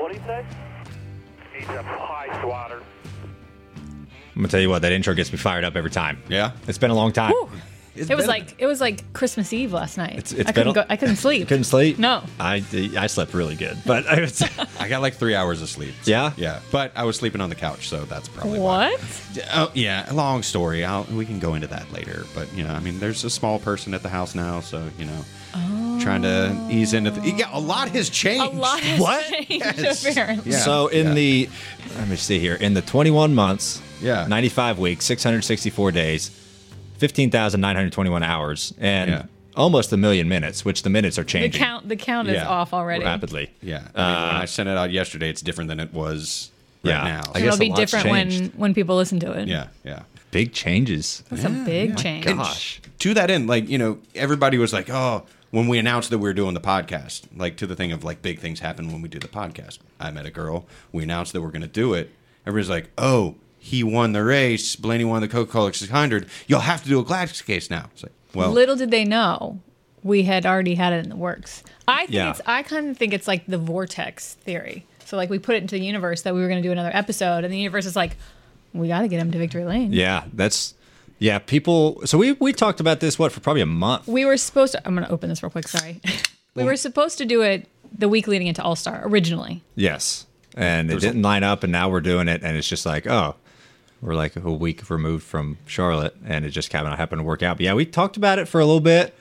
What'd he say? He's a high swatter. I'm gonna tell you what, that intro gets me fired up every time. Yeah? It's been a long time. Whew. It's it was been- like it was like Christmas Eve last night. It's, it's I been couldn't a- go, I couldn't You sleep. couldn't sleep. No. I I slept really good, but I was, I got like three hours of sleep. Yeah? Yeah. But I was sleeping on the couch, so that's probably why. What? Oh, yeah. a Long story. I'll, we can go into that later. But, you know, I mean, there's a small person at the house now, so, you know, trying to ease into. Th- yeah, a lot has A changed. lot has What? changed Yes. apparently. Yeah, so in yeah. the let me see here in the 21 months, Yeah. 95 weeks, 664 days, 15,921 hours, and Yeah. almost a million minutes, which the minutes are The changing count the count is Yeah. off already. rapidly. Yeah. I mean, when I sent it out yesterday, it's different than it was right Uh, Yeah. now. I And guess it'll a be lot's different changed. when when people listen to it. yeah. Yeah. Big changes. That's a big change. And Gosh. To that end, like, you know, everybody was like, oh, when we announced that we were doing the podcast, like to the thing of like big things happen when we do the podcast. I met a girl. We announced that we're going to do it. Everybody's like, oh, he won the race. Blaney won the Coca Cola 600. You'll have to do a glass case now. It's like, well, Little did they know we had already had it in the works. I think Yeah. it's I kind of think it's like the vortex theory. So like we put it into the universe that we were going to do another episode, and the universe is like, we got to get him to victory lane. Yeah, that's yeah. People. So we we talked about this what for probably a month. We were supposed to. I'm going to open this real quick. Sorry. we were supposed to do it the week leading into All Star originally. Yes, and it a- didn't line up, and now we're doing it, and it's just like oh, we're like a week removed from Charlotte, and it just kind of happened to work out. But yeah, we talked about it for a little bit.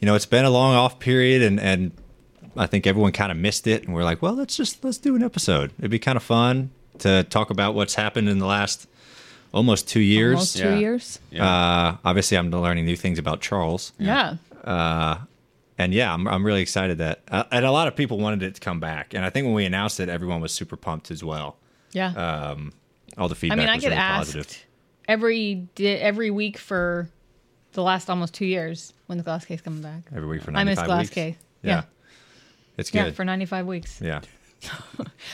You know, it's been a long off period, and and I think everyone kind of missed it, and we're like, well, let's just let's do an episode. It'd be kind of fun to talk about what's happened in the last almost two years. Almost two Yeah. years. Uh, obviously, I'm learning new things about Charles. Yeah. and yeah, I'm, I'm really excited that uh, and a lot of people wanted it to come back, and I think when we announced it, everyone was super pumped as well. Yeah. All the I feedback mean, I Uh, was get really asked positive. every di- every week for the last almost two years when the glass case coming back. every week for I miss 95 glass weeks. case. Yeah. Yeah. it's Yeah, good. for 95 weeks. yeah,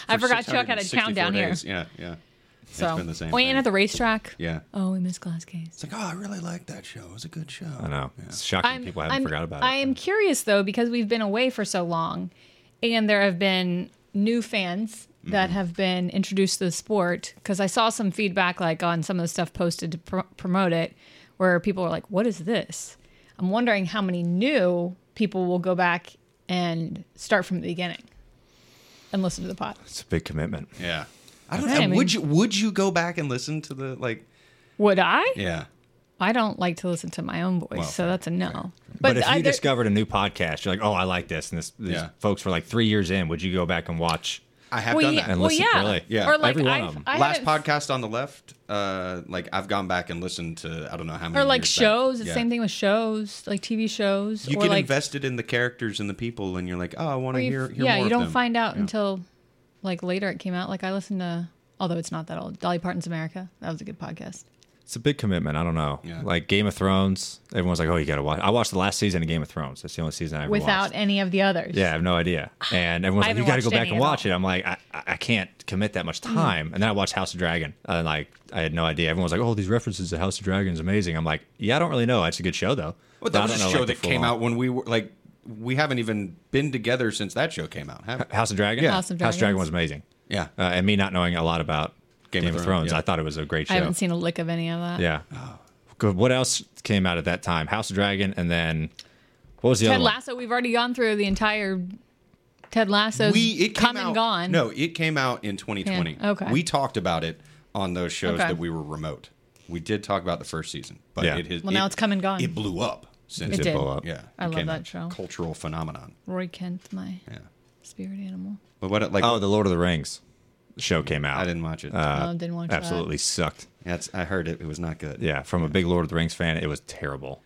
I forgot Chuck had a countdown here. Yeah. Yeah. So, been the same oh, and thing. at the racetrack. Yeah. Oh, we miss glass case. It's like, oh, I really like that show. It was a good show. I know. It's shocking people haven't forgot about it. I am curious though because we've been away for so long, and there have been new fans that Mm-hmm. have been introduced to the sport. Because I saw some feedback like on some of the stuff posted to pr- promote it, where people were like, "What is this?" I'm wondering how many new people will go back and start from the beginning and listen to the pod. it's a big commitment. Yeah. I don't Okay, I know. mean- Would you would you go back and listen to the like? Would I? Yeah. I don't like to listen to my own voice, Well, so that's a no. But, if you I, there- discovered a new podcast, you're like, oh, I like this, and this these Yeah. folks were like three years in. Would you go back and watch? I have well, done yeah, that. and well, listen- yeah. really. Yeah. Or like Every one of I've- them. I last haven't- podcast on the left uh like i've gone back and listened to i don't know how many or like years back. shows. It's Yeah. the same thing with shows, like TV shows. you or get like, invested in the characters and the people and you're like oh i want or to you- hear, hear yeah, more you of don't them. find out Yeah. until like later it came out. Like I listened to, although it's not that old, Dolly Parton's America. That was a good podcast. It's a big commitment. I don't know. Yeah. Like Game of Thrones, everyone's like, oh, you got to watch. I watched the last season of Game of Thrones. That's the only season I ever Without watched. any of the others. Yeah, I have no idea. And everyone's I like, you haven't got to go watched back any and at watch all. Hmm. it. I'm like, I, I I can't commit that much time. And then I watched House of Dragon. And like, I had no idea. Everyone's like, oh, these references to House of Dragon is amazing. I'm like, yeah, I don't really know. It's a good show, though. well, But I that was a don't know, show like, the that came full-on- out when we were like we haven't even been together since that show came out have we? House of Dragon? Yeah. House of Dragons. was amazing. yeah Uh, and me not knowing a lot about Game, of Thrones, yeah. Oh. I thought it was a great I show. haven't seen a lick of any of that. yeah. Good. What else came out at that time? House of Dragon and then what was the Ted other one? Lasso. We've already gone through the entire Ted Lasso. we it came come out, and gone. no it came out in 2020 Yeah, okay. we talked about it on those shows Okay. that we were remote we did talk about the first season but Yeah. it has Well, now it- it's come and gone. it blew up since It it, did. blow up? yeah I love became a that show. cultural phenomenon Roy Kent, my yeah spirit animal. but what like Oh, the Lord of the Rings show came out. i didn't watch it oh, didn't watch Absolutely sucked. That's I heard it. It was not good. Yeah, from a big Lord of the Rings fan, it was terrible.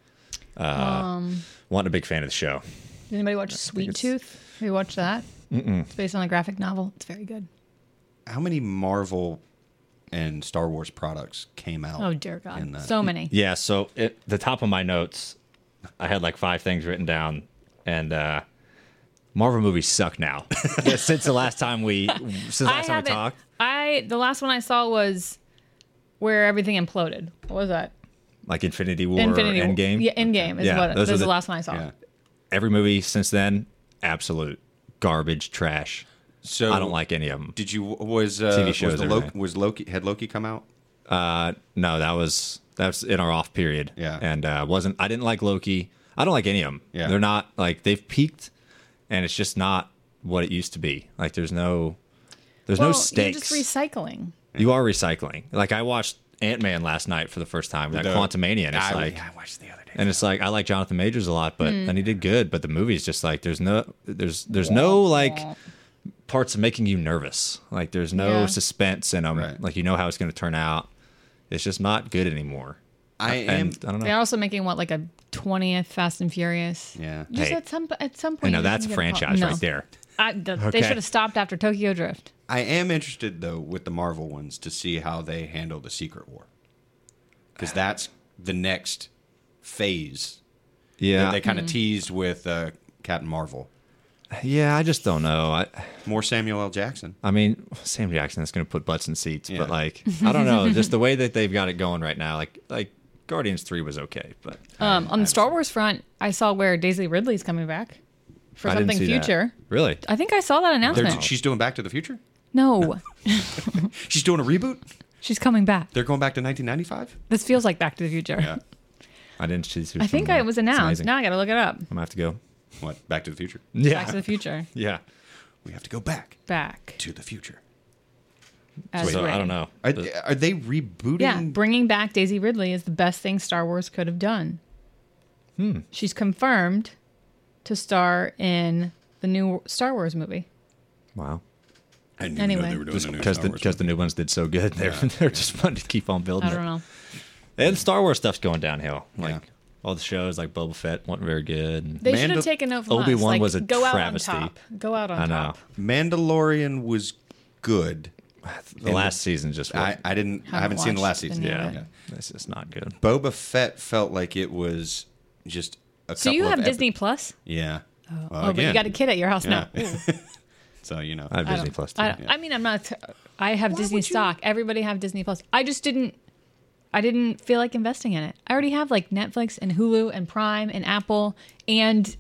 Uh, Um. Wasn't a big fan of the show. Did anybody watch Sweet it's- Tooth? Have you watched that? Mm-mm. It's based on a graphic novel. It's very good. How many Marvel and Star Wars products came out? Oh dear in God, that? so many. Yeah, so at the top of my notes, I had like five things written down, and uh, Marvel movies suck now. Yeah, since the last time we, since the I last time we haven't. talked, I the last one I saw was where everything imploded. What was that? like Infinity War, Infinity War. Endgame. Yeah, Endgame is Yeah, what. those This are is the the- last one I saw. Yeah. Every movie since then, absolute garbage, trash. So I don't like any of them. Did you was uh, TV was, shows the are Loki, right. was Loki had Loki come out? Uh, no, that was that's in our off period. Yeah. and uh, wasn't I didn't like Loki. I don't like any of them. Yeah. they're not like they've peaked, and it's just not what it used to be. Like there's no, there's Well, no you're stakes. just recycling. You are recycling. Like I watched Ant Man last night for the first time. That The- Quantumania. And it's I, like, I watched the other day. and it's like I like Jonathan Majors a lot, but Hmm. and he did good. But the movie's just like there's no there's there's no like parts making you nervous. Like there's no Yeah. suspense in them. Right. Like you know how it's going to turn out. It's just not good anymore. I And am. I don't know. They're also making what like a twentieth Fast and Furious. Yeah. Just Hey. at some at some I point. know you're that's gonna get a franchise problem. right there. I, th- Okay. They should have stopped after Tokyo Drift. I am interested though with the Marvel ones to see how they handle the Secret War, because that's the next phase. Yeah, that they kind of teased with uh, Captain Marvel. yeah. I just don't know. I, More Samuel L. Jackson. I mean, Sam Jackson is going to put butts in seats, Yeah. but like, I don't know, just the way that they've got it going right now. Like, like Guardians Three was okay, but Um, on the Star Wars front, I saw where Daisy Ridley's coming back for I didn't something see that. future. Really? I think I saw that They're, announcement. She's doing Back to the Future. no, She's doing a reboot. she's coming back. They're going back to 1995. This feels like Back to the Future. I didn't see. see I think something. it was Mm-hmm. It's announced. amazing. Now I gotta look it up. I'm gonna have to go. What? Back to the Future. Yeah, Back to the Future. yeah. We have to go back Back. to the future. As So Rey. I don't know. Are, are they rebooting? Yeah, bringing back Daisy Ridley is the best thing Star Wars could have done. Hmm. She's confirmed to star in the new Star Wars movie. Wow. I didn't even know Anyway. they were doing Just because the because the new ones did so good, they're they're just fun to keep on building. I don't it. know. And Star Wars stuff's going downhill. Like Yeah. all the shows, like Boba Fett, wasn't very good. and- They should Mandal- have taken note from us. Obi-Wan Like, was a go travesty. out on top. Go out on I know. top. Mandalorian was good. the last season just I, wasn't- I didn't. I haven't Haven't seen the last watched season. any yeah, Yeah. it's just not good. Boba Fett felt like it was just a. So you couple of have epi- Disney Plus? Yeah. Well, Oh, but you again, got a kid at your house now. Yeah. Ooh. So you know. I have I Disney don't- Plus. Too. I, don't- I mean, I'm not. I have Disney stock. Everybody have Disney Plus. I just didn't. I didn't feel like investing in it. I already have like Netflix and Hulu and Prime and Apple and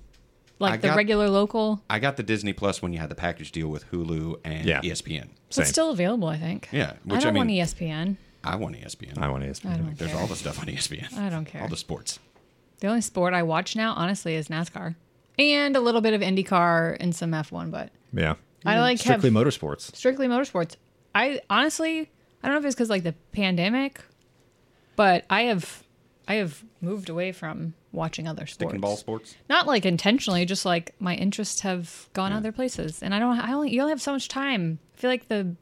like I the got- regular local. I got the Disney Plus when you had the package deal with Hulu and E Yeah. ESPN. Same. It's still available, I think. Yeah, I which I don't E want mean- ESPN. I want E ESPN. I want E ESPN. I don't There's care. all the stuff on E ESPN. I don't care. All the sports. The only sport I watch now, honestly, is NASCAR and a little bit of IndyCar and some F1. But Yeah. Mm, I like have Strictly motorsports. strictly motorsports. I honestly, I don't know if it's because like the pandemic, but I have, I have moved away from watching other sports. Stick and ball sports. Not like intentionally, just like my interests have gone other places, and I don't. I only you only have so much time. I feel like the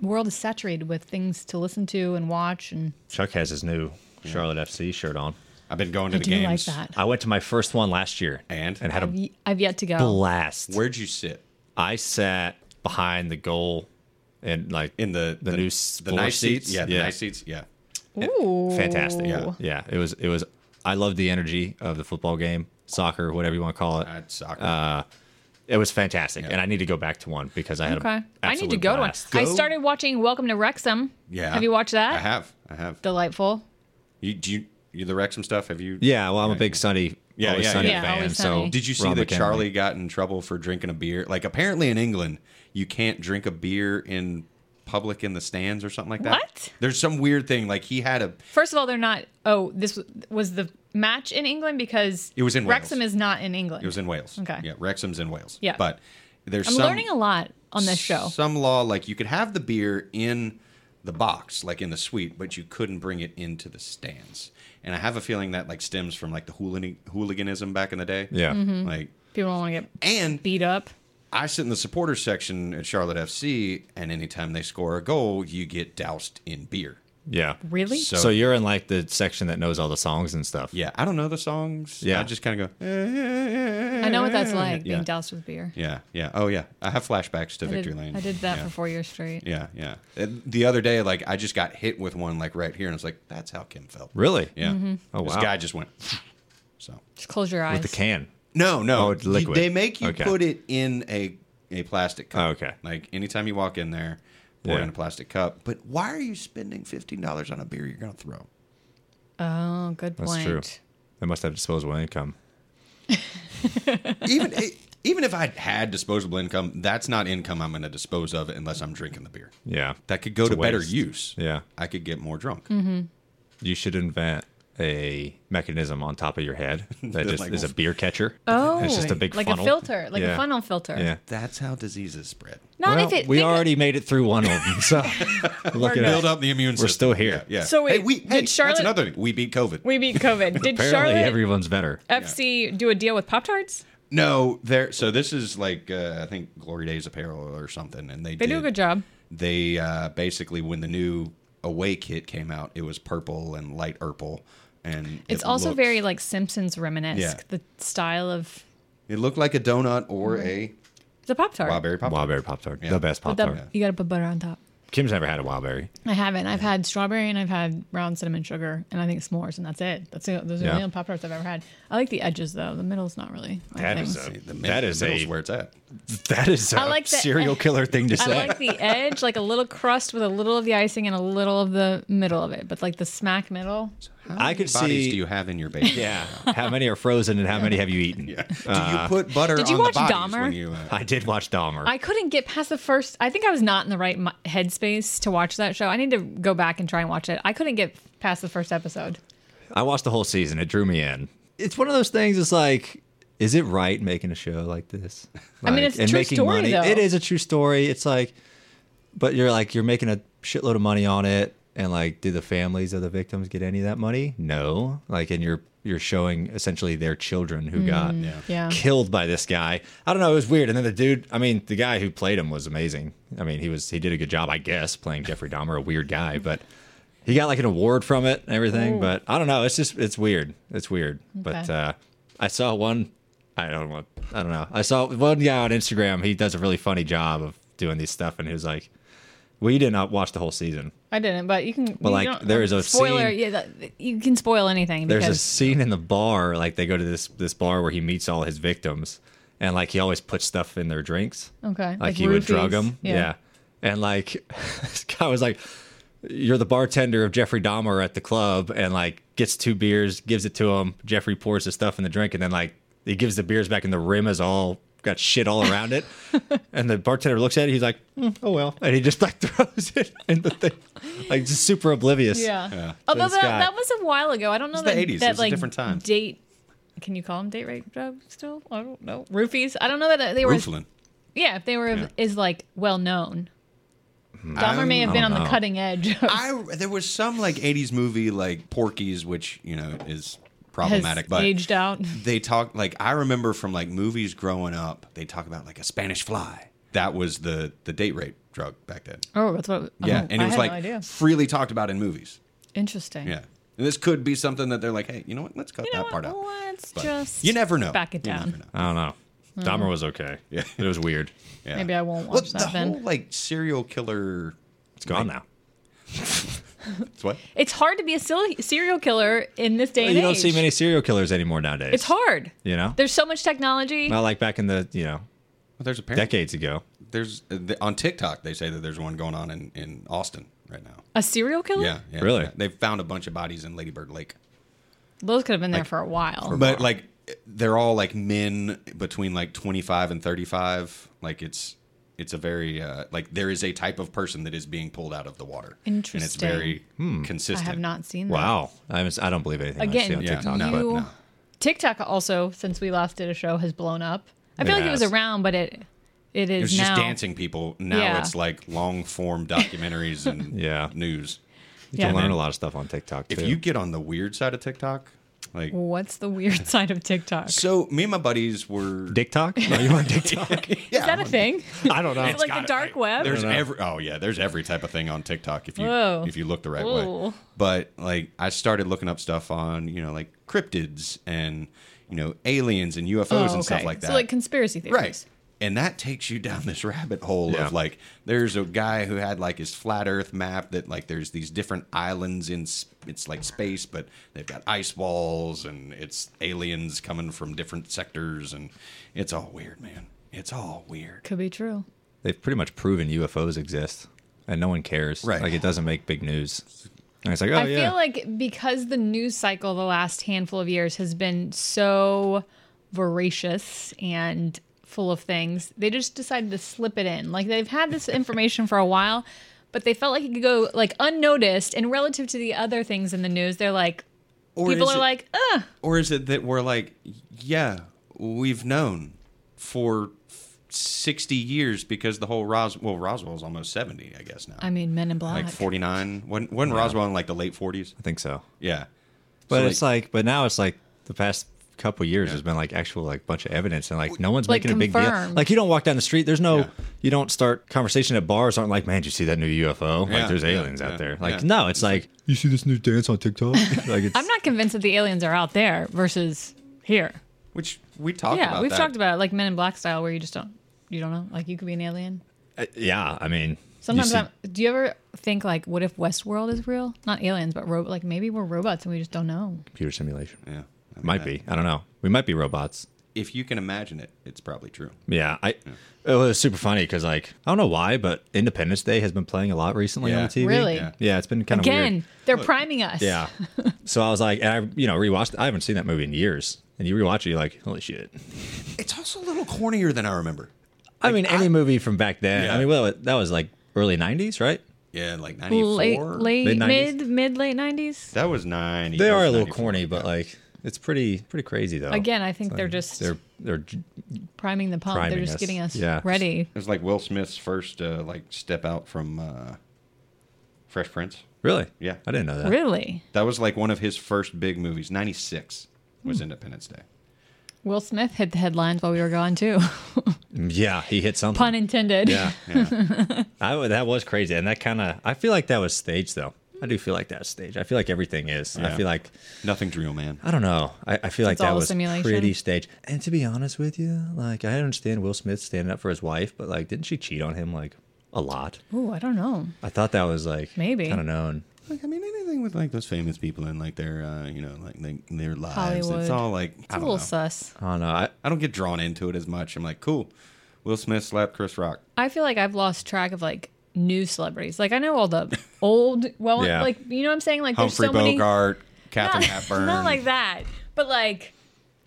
world is saturated with things to listen to and watch, and Chuck has his new Charlotte FC shirt on. I've been going to I the do like games. that. I went to my first one last year And? and had a I've, I've yet to go. blast. Where'd you sit? I sat behind the goal and like In the the, new the floor nice seats. seats. Yeah, the nice seats. Yeah. Ooh, fantastic. Yeah. yeah. It was it was. I loved the energy of the football game, soccer, whatever you want to call it. That's soccer. It was fantastic, and I need to go back to one because I had Okay, A I need to go to I, one. I Go. started watching Welcome to Wrexham. yeah. have you watched that? I have. I have. Delightful. You do you, you the Wrexham stuff? Have you? yeah, well, I'm a Yeah, big Sunny, Yeah, always yeah, Sunny yeah. Yeah, fan. Always So Sunny. Did you see Rob that McElhenney. Charlie got in trouble for drinking a beer? Like apparently in England, you can't drink a beer in public in the stands or something like that. What? There's some weird thing. Like he had a First of all, they're not. Oh, this w- was the match in England because It was in Wrexham Wales. is not in England. It was in Wales. Okay. Yeah, Wrexham's in Wales. Yeah. But there's I'm some learning a lot on this show. some law like you could have the beer in the box, like in the suite, but you couldn't bring it into the stands. And I have a feeling that like stems from like the hooligan- hooliganism back in the day. Yeah. Mm-hmm. Like People don't want to get and beat up. I sit in the supporters section at Charlotte FC, and anytime they score a goal, you get doused in beer. Yeah. Really? So, so you're in like the section that knows all the songs and stuff. Yeah, I don't know the songs. Yeah. I just kind of go. eh. I know what that's like Yeah. being doused with beer. Yeah, yeah. Oh yeah, I have flashbacks to I Victory did, Lane. I did that yeah. for four years straight. Yeah, yeah. And The other day, like I just got hit with one like right here, and I was like, "That's how Kim felt." Really? Yeah. Mm-hmm. Oh, This wow. guy just went. So Just close your eyes. With the can. no, no. Oh, it's You- liquid. they make you Okay. put it in a a plastic cup. Oh, okay. Like anytime you walk in there, pour it Yeah. in a plastic cup. But why are you spending fifteen dollars on a beer you're gonna throw? oh, good That's point. true. They must have disposable income. Even e, even if I had disposable income, that's not income I'm gonna dispose of unless I'm drinking the beer. Yeah. That could go It's a to better waste. use. Yeah. I could get more drunk. Mm-hmm. You should invent a mechanism on top of your head that just Like- is a beer catcher. Oh, And it's just a big like funnel. a filter, like a Yeah. funnel filter. Yeah. That's how diseases spread. Not well, if it. we think- already made it through one of them, so look at Build up. up the immune We're system. still here. Yeah. So hey, wait, we, did hey, Charlotte- That's another thing. We beat COVID. We beat COVID. Did Apparently, Charlotte everyone's better. FC do a deal with Pop Tarts? no, there. So this is like uh, I think Glory Days Apparel or something, and they They did, do a good job. They uh, basically when the new Away kit came out, it was purple and light purple, and It's it also looks- very like Simpsons reminiscent. Yeah. The style of It looked like a donut or a the Pop Tart. strawberry pop. Wildberry Pop Tart. Yeah. The best Pop With the- Tart. You got to put butter on top. Kim's never had a Wildberry. I haven't. I've had strawberry and I've had brown cinnamon sugar and I think s'mores and that's it. That's the, those are Yeah. the only pop tarts I've ever had. I like the edges though. The middle's not really. My That thing. is See, the mid- That the is a- middle's where it's at. That is a I like the- serial killer thing to I say. like the edge, like a little crust with a little of the icing and a little of the middle of it, but like the smack middle. I could Bodies see. do you have in your baby? yeah. How many are frozen and how many have you eaten? Uh, Yeah. do you put butter Did you on watch the bodies Dahmer? when you? Uh, I did watch Dahmer. I couldn't get past the first. I think I was not in the right mi- headspace to watch that show. I need to go back and try and watch it. I couldn't get past the first episode. I watched the whole season. It drew me in. It's one of those things. It's like, is it right making a show like this? I Like, mean, it's a true story, money. though. It is a true story. It's like, but you're like you're making a shitload of money on it, and like, do the families of the victims get any of that money? No. Like, and you're you're showing essentially their children who got Mm, Yeah. killed by this guy. I don't know. It was weird. And then the dude. I mean, the guy who played him was amazing. I mean, he was he did a good job, I guess, playing Jeffrey Dahmer, a weird guy, but. He got like an award from it and everything, but I don't know. It's just it's weird. It's weird. But Okay. uh, I saw one. I don't want. I don't know. I saw one guy on Instagram. He does a really funny job of doing these stuff, and he was like, "Well, you did not watch the whole season. I didn't, but you can. But, you like, don't- uh, there is a spoiler. scene- Yeah, that- you can spoil anything. There's a because scene in the bar. Like they go to this this bar where he meets all his victims, and like he always puts stuff in their drinks. Okay, like, like he would drug roofies. them. Yeah. Yeah. and like this guy was like, "You're the bartender of Jeffrey Dahmer at the club," and like gets two beers, gives it to him. Jeffrey pours his stuff in the drink, and then like he gives the beers back, and the rim is all got shit all around it. and the bartender looks at it, he's like, "Mm, "Oh well," and he just like throws it in the thing, like just super oblivious. Yeah. Yeah. Although This that, guy- that was a while ago. I don't know It's the that 80s. that It was a like different time. date. Can you call them date rape job still? I don't know. Roofies. I don't know that they were. Rooflin. Yeah, if they were Yeah. Hmm. is like well known. Dahmer may have been on the cutting edge. Of, I there was some like '80s movie like Porky's, which you know is problematic, has but aged out. they talk like I remember from like movies growing up. They talk about like a Spanish fly. That was the the date rape drug back then. Oh, that's what. Yeah, oh, and I it was had like no idea. freely talked about in movies. Interesting. Yeah, and this could be something that they're like, hey, you know what? Let's cut You know that part what? out. Let's But just you never know. back it You down. never know. I don't know. Dahmer was okay. Yeah, it was weird. Yeah. Maybe I won't Well, watch the that then. whole like serial killer. It's gone now. It's what? It's hard to be a sil- serial killer in this day and You don't age. see many serial killers anymore nowadays. It's hard. You know? There's so much technology. Not like back in the, you know, Well, there's apparently decades ago. there's uh, the, on TikTok they say that there's one going on in in Austin right now. a serial killer? Yeah, yeah Really? yeah. They've found a bunch of bodies in Lady Bird Lake, Those could have been there for a while. but like they're all like men between like 25 and 35. Like it's it's a very uh, like there is a type of person that is being pulled out of the water. And it's Interesting. very I consistent. have not seen that. Wow. I, was, I don't believe anything I see Again, on Yeah, TikTok. you but no. TikTok also since we last did a show has blown up. I It feel like it was has. around, but it it is It was now. just dancing people. Now Yeah. it's like long form documentaries and Yeah. news. you can Yeah. learn a lot of stuff on TikTok, too. If you get on the weird side of TikTok, Like What's the weird side of TikTok? so, me and my buddies were Dick Talk? No, you want Dick Talk? yeah, Is that a thing? I don't know. It's like the dark web. There's every oh yeah, there's every type of thing on TikTok if you Whoa. if you look the right way. Ooh. But like I started looking up stuff on you know like cryptids and you know aliens and UFOs Oh, and stuff okay. like that. So like conspiracy theories. right. And that takes you down this rabbit hole Yeah. of like, there's a guy who had like his flat Earth map that like there's these different islands in s- it's like space, but they've got ice walls and it's aliens coming from different sectors and it's all weird, man. It's all weird. Could be true. They've pretty much proven UFOs exist, and no one cares. Right. Like it doesn't make big news. And it's like, oh I yeah, feel like because the news cycle the last handful of years has been so voracious and full of things, they just decided to slip it in. Like they've had this information for a while, but they felt like it could go like unnoticed and relative to the other things in the news, they're like Or people is are it- like, "Uh, Or is it that we're like, yeah, we've known for f- 60 years because the whole Ros well, Roswell's almost 70, I guess now. I mean, Men in Black." like 49. When when Roswell in like the late 40s? I think so. Yeah. But So, it's like, but now it's like the past couple years has been like actual like bunch of evidence, and like no one's Like, making a big deal. confirmed. Like you don't walk down the street. There's no, Yeah. you don't start conversation at bars. Aren't like, man, did you see that new UFO? Yeah, Like there's yeah, aliens out yeah, there. Like yeah. no, it's like you see this new dance on TikTok. like it's I'm not convinced that the aliens are out there versus here. which we talked yeah, about we've that. talked about it, like Men in Black style, where you just don't, you don't know, like you could be an alien. Uh, yeah. I mean, you Sometimes, see- I'm, do you ever think like, what if Westworld is real? Not aliens, but ro- like maybe we're robots and we just don't know. computer simulation Yeah. might be. I don't know. We might be robots. If you can imagine it, it's probably true. Yeah, I it was super funny because like I don't know why, but Independence Day has been playing a lot recently on Yeah. the TV. Really? Yeah, Yeah, it's been kind of Again, weird. they're priming us. Yeah. so I was like, and I you know rewatched. I haven't seen that movie in years, and you rewatch it, you're like, holy shit. It's also a little cornier than I remember. I mean, any movie from back then. Yeah. I mean, well, that was like early '90s, right? Yeah, like 94. late, late, Mid- 90s? mid, mid, late nineties. That was 90. They that are was a little 94. corny, but like it's pretty pretty crazy though. Again, I think they're just Oh, they're they're j- priming the pump. priming They're just us. getting us Yeah. ready. It was like Will Smith's first uh, like step out from uh, Fresh Prince. really Yeah. I didn't know that. Really, That was like one of his first big movies. 96 was Hmm. Independence Day. Will Smith hit the headlines while we were gone too. Yeah, he hit something. Pun intended. Yeah, Yeah. I would- that was crazy, and that kind of I feel like that was staged though. I do feel like that's staged. I feel like everything is. I Yeah. feel like Nothing's real, man. I don't know. I, I feel like It's that all a was simulation. pretty staged. And to be honest with you, like I understand Will Smith standing up for his wife, but like, didn't she cheat on him like a lot? Ooh, I don't know. I thought that was like Maybe. kind of known. Like, I mean, anything with like those famous people and like their, uh, you know, like they, their lives. It's Hollywood. all like It's I don't a little know. sus. I don't know. I, I don't get drawn into it as much. I'm like, cool. Will Smith slapped Chris Rock. I feel like I've lost track of like new celebrities. Like I know all the old, well, Yeah. like you know what I'm saying. Like Humphrey there's so many. Bogart, Catherine not, Hepburn. not like that, but like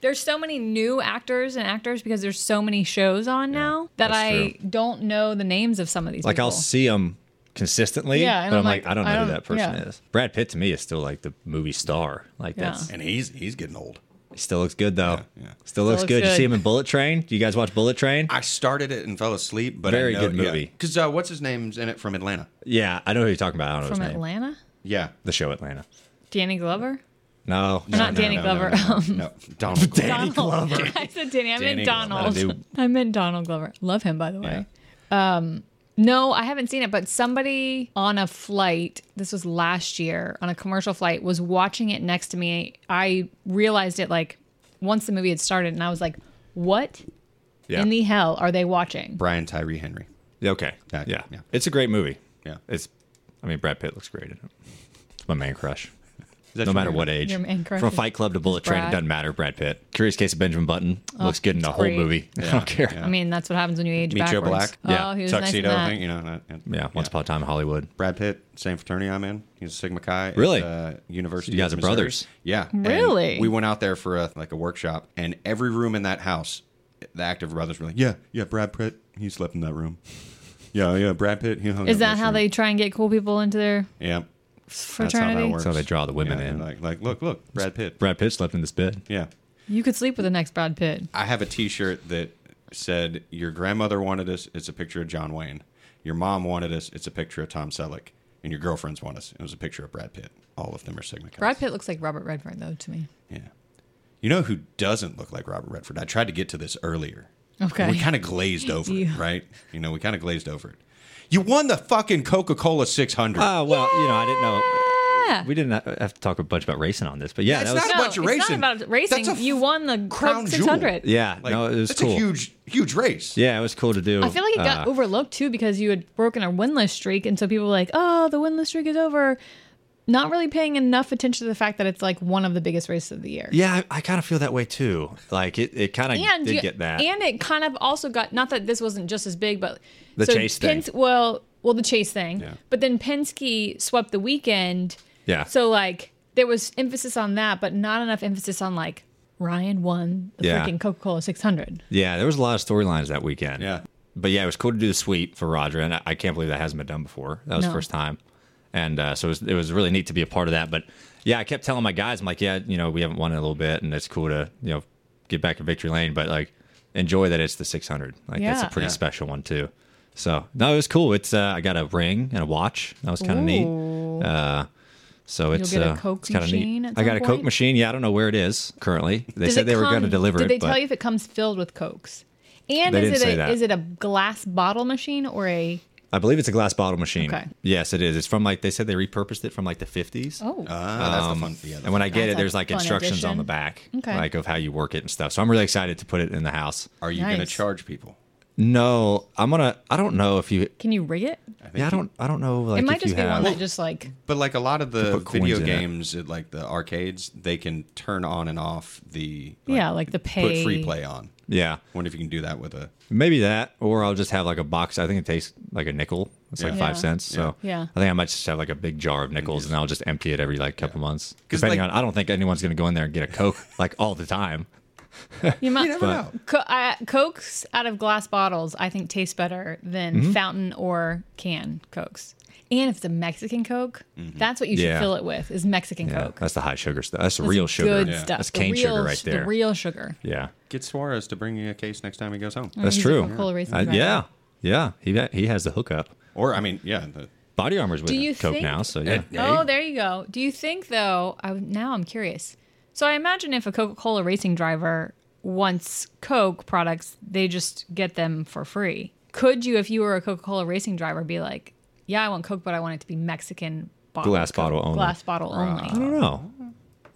there's so many new actors and actors because there's so many shows on now that that's I don't know the names of some of these. like I'll people. see him consistently, Yeah, and but I'm I'm like, like, I don't know I who don't- that person yeah. is. Brad Pitt to me is still like the movie star. Like Yeah. that's And he's he's getting old. he still looks good though. Yeah, yeah. Still, looks, looks good. You good. see him in Bullet Train? Do you guys watch Bullet Train? I started it and fell asleep, but Very I know, good movie. Because uh, what's his name's in it from Atlanta? yeah, I know who you're talking about. I don't know from his name. Atlanta, Yeah. The show Atlanta. Danny Glover, No, Or not No, Danny no, Glover. No, no, no. Donald Glover. Donald Glover. I said Danny. I Danny meant Glover. Donald. That'll do. I meant Donald Glover. Love him, by the way. No, I haven't seen it, but somebody on a flight, this was last year, on a commercial flight, was watching it next to me. I realized it like once the movie had started, and I was like, what Yeah. in the hell are they watching? Brian Tyree Henry. Yeah, Okay. Yeah, yeah. yeah. It's a great movie. Yeah. It's, I mean, Brad Pitt looks great in it. It's my man crush. Is that No your matter name? what age. Your man crush From is- Fight Club to Bullet Train, it Brad. Oh, doesn't matter. Brad Pitt. Curious Case of Benjamin Button looks good in the it's whole great. movie. I Yeah, don't care. I Yeah. mean, that's what happens when you age Meet Joe backwards. Black. Oh, Yeah. he was Tuxedo nice in thing, that. you know. not- not- Once Upon a Time in Hollywood. Brad Pitt, same fraternity I'm in. He's a Sigma Chi. at, Really? uh, University. You guys of are Missouri. brothers? Yeah. and Really? we went out there for a, like a workshop, and every room in that house, the active brothers were like, "Yeah, yeah, Brad Pitt, he slept in that room. Yeah, yeah, Brad Pitt, he hung out Is in that this how room. they try and get cool people into their Yeah, that's how fraternity? that works. That's how they draw the women Yeah, in. Like, like, look, look, Brad Pitt. Brad Pitt slept in this bed. Yeah, You could sleep with the next Brad Pitt. I have a T-shirt that said, "Your grandmother wanted us. It's a picture of John Wayne. Your mom wanted us. It's a picture of Tom Selleck. and your girlfriends want us. It was a picture of Brad Pitt. All of them are Sigma Chi. Brad Pitt looks like Robert Redford though to me. Yeah. You know who doesn't look like Robert Redford? I tried to get to this earlier. Okay. And we kind of glazed over it, Yeah. right? You know, we kind of glazed over it. You won the fucking Coca Cola 600. Oh well, you know, I didn't know. Yeah. We didn't ha- have to talk a bunch about racing on this, but yeah, that That's was not no, about your it's racing. not about racing. That's a f- you won the crown Coke jewel. 600. yeah, no, it was that's cool. a huge, huge race. yeah, it was cool to do. I feel like it Uh, got overlooked too because you had broken a winless streak, and so people were like, "Oh, the winless streak is over." Not really paying enough attention to the fact that it's like one of the biggest races of the year. Yeah, I, I kind of feel that way too. Like it, it kind of and did you- get that. And it kind of also got not that this wasn't just as big, but The chase thing. Well, well, the chase thing. But then Penske swept the weekend. Yeah. So like there was emphasis on that, but not enough emphasis on like Ryan won the Yeah. freaking Coca Cola 600. yeah, there was a lot of storylines that weekend. Yeah. but yeah, it was cool to do the sweep for Roger, and I, I can't believe that hasn't been done before. That was the No. first time, and uh, so it was, it was really neat to be a part of that. But yeah, I kept telling my guys, I'm like, yeah, you know, we haven't won in a little bit, and it's cool to you know get back in victory lane, but like enjoy that it's the 600. Like that's Yeah. a pretty Yeah. special one too. So no, it was cool. It's uh, I got a ring and a watch. That was kind of neat. Uh, so it's get a uh, Coke it's kinda machine Neat. at I got some a Coke point? machine. Yeah, I don't know where it is currently. They Does said it they were come- going to deliver Did it. they but tell you if it comes filled with Cokes? And They is didn't it say a that. is it a glass bottle machine or a I believe it's a glass bottle machine. Okay. Yes, it is. It's from like they said they repurposed it from like the 50s. oh Ah, that's the fun. Yeah, Um, And when I get That's it, a there's like fun instructions on addition. the back, Okay. like of how you work it and stuff. So I'm really excited to put it in the house. are you going to Nice. charge people? No, I'm gonna. I don't know if you. can you rig it? Yeah, I don't. I don't know. Like, It might if just you be have, one that just like But like a lot of the put coins video in it. games, at like the arcades, they can turn on and off the Yeah, like the put pay- free play on. Yeah, Wonder if you can do that with a maybe that, or I'll just have like a box. I think it tastes like a nickel. It's like Yeah. five Yeah. cents. So Yeah. Yeah. I think I might just have like a big jar of nickels, and I'll just empty it every like couple months. 'Cause, Depending like- on, I don't think anyone's gonna go in there and get a Coke like all the time. You might. never But- know. Co- uh, Cokes out of glass bottles, I think, taste better than Mm-hmm. fountain or can Cokes. And if it's a Mexican Coke, that's what you should Mm-hmm. Yeah. fill it with is Mexican Yeah, Coke. that's the high sugar stuff. That's the That's real sugar. Good stuff. That's The cane real sugar right sh- there. The real sugar. yeah, get Suarez to bring you a case next time he goes home. that's he's a true. Coca-Cola racing Uh, driver. yeah, yeah. He he has the hookup. Or I mean, yeah, the, Body armor's with Do you Coke think- now, so yeah. Oh, there you go. Do you think though? I, now I'm curious. So I imagine if a Coca-Cola racing driver wants Coke products, they just get them for free. Could you, if you were a Coca-Cola racing driver, be like, "Yeah, I want Coke, but I want it to be Mexican bottle, Glass bottle only. glass bottle only." I don't know.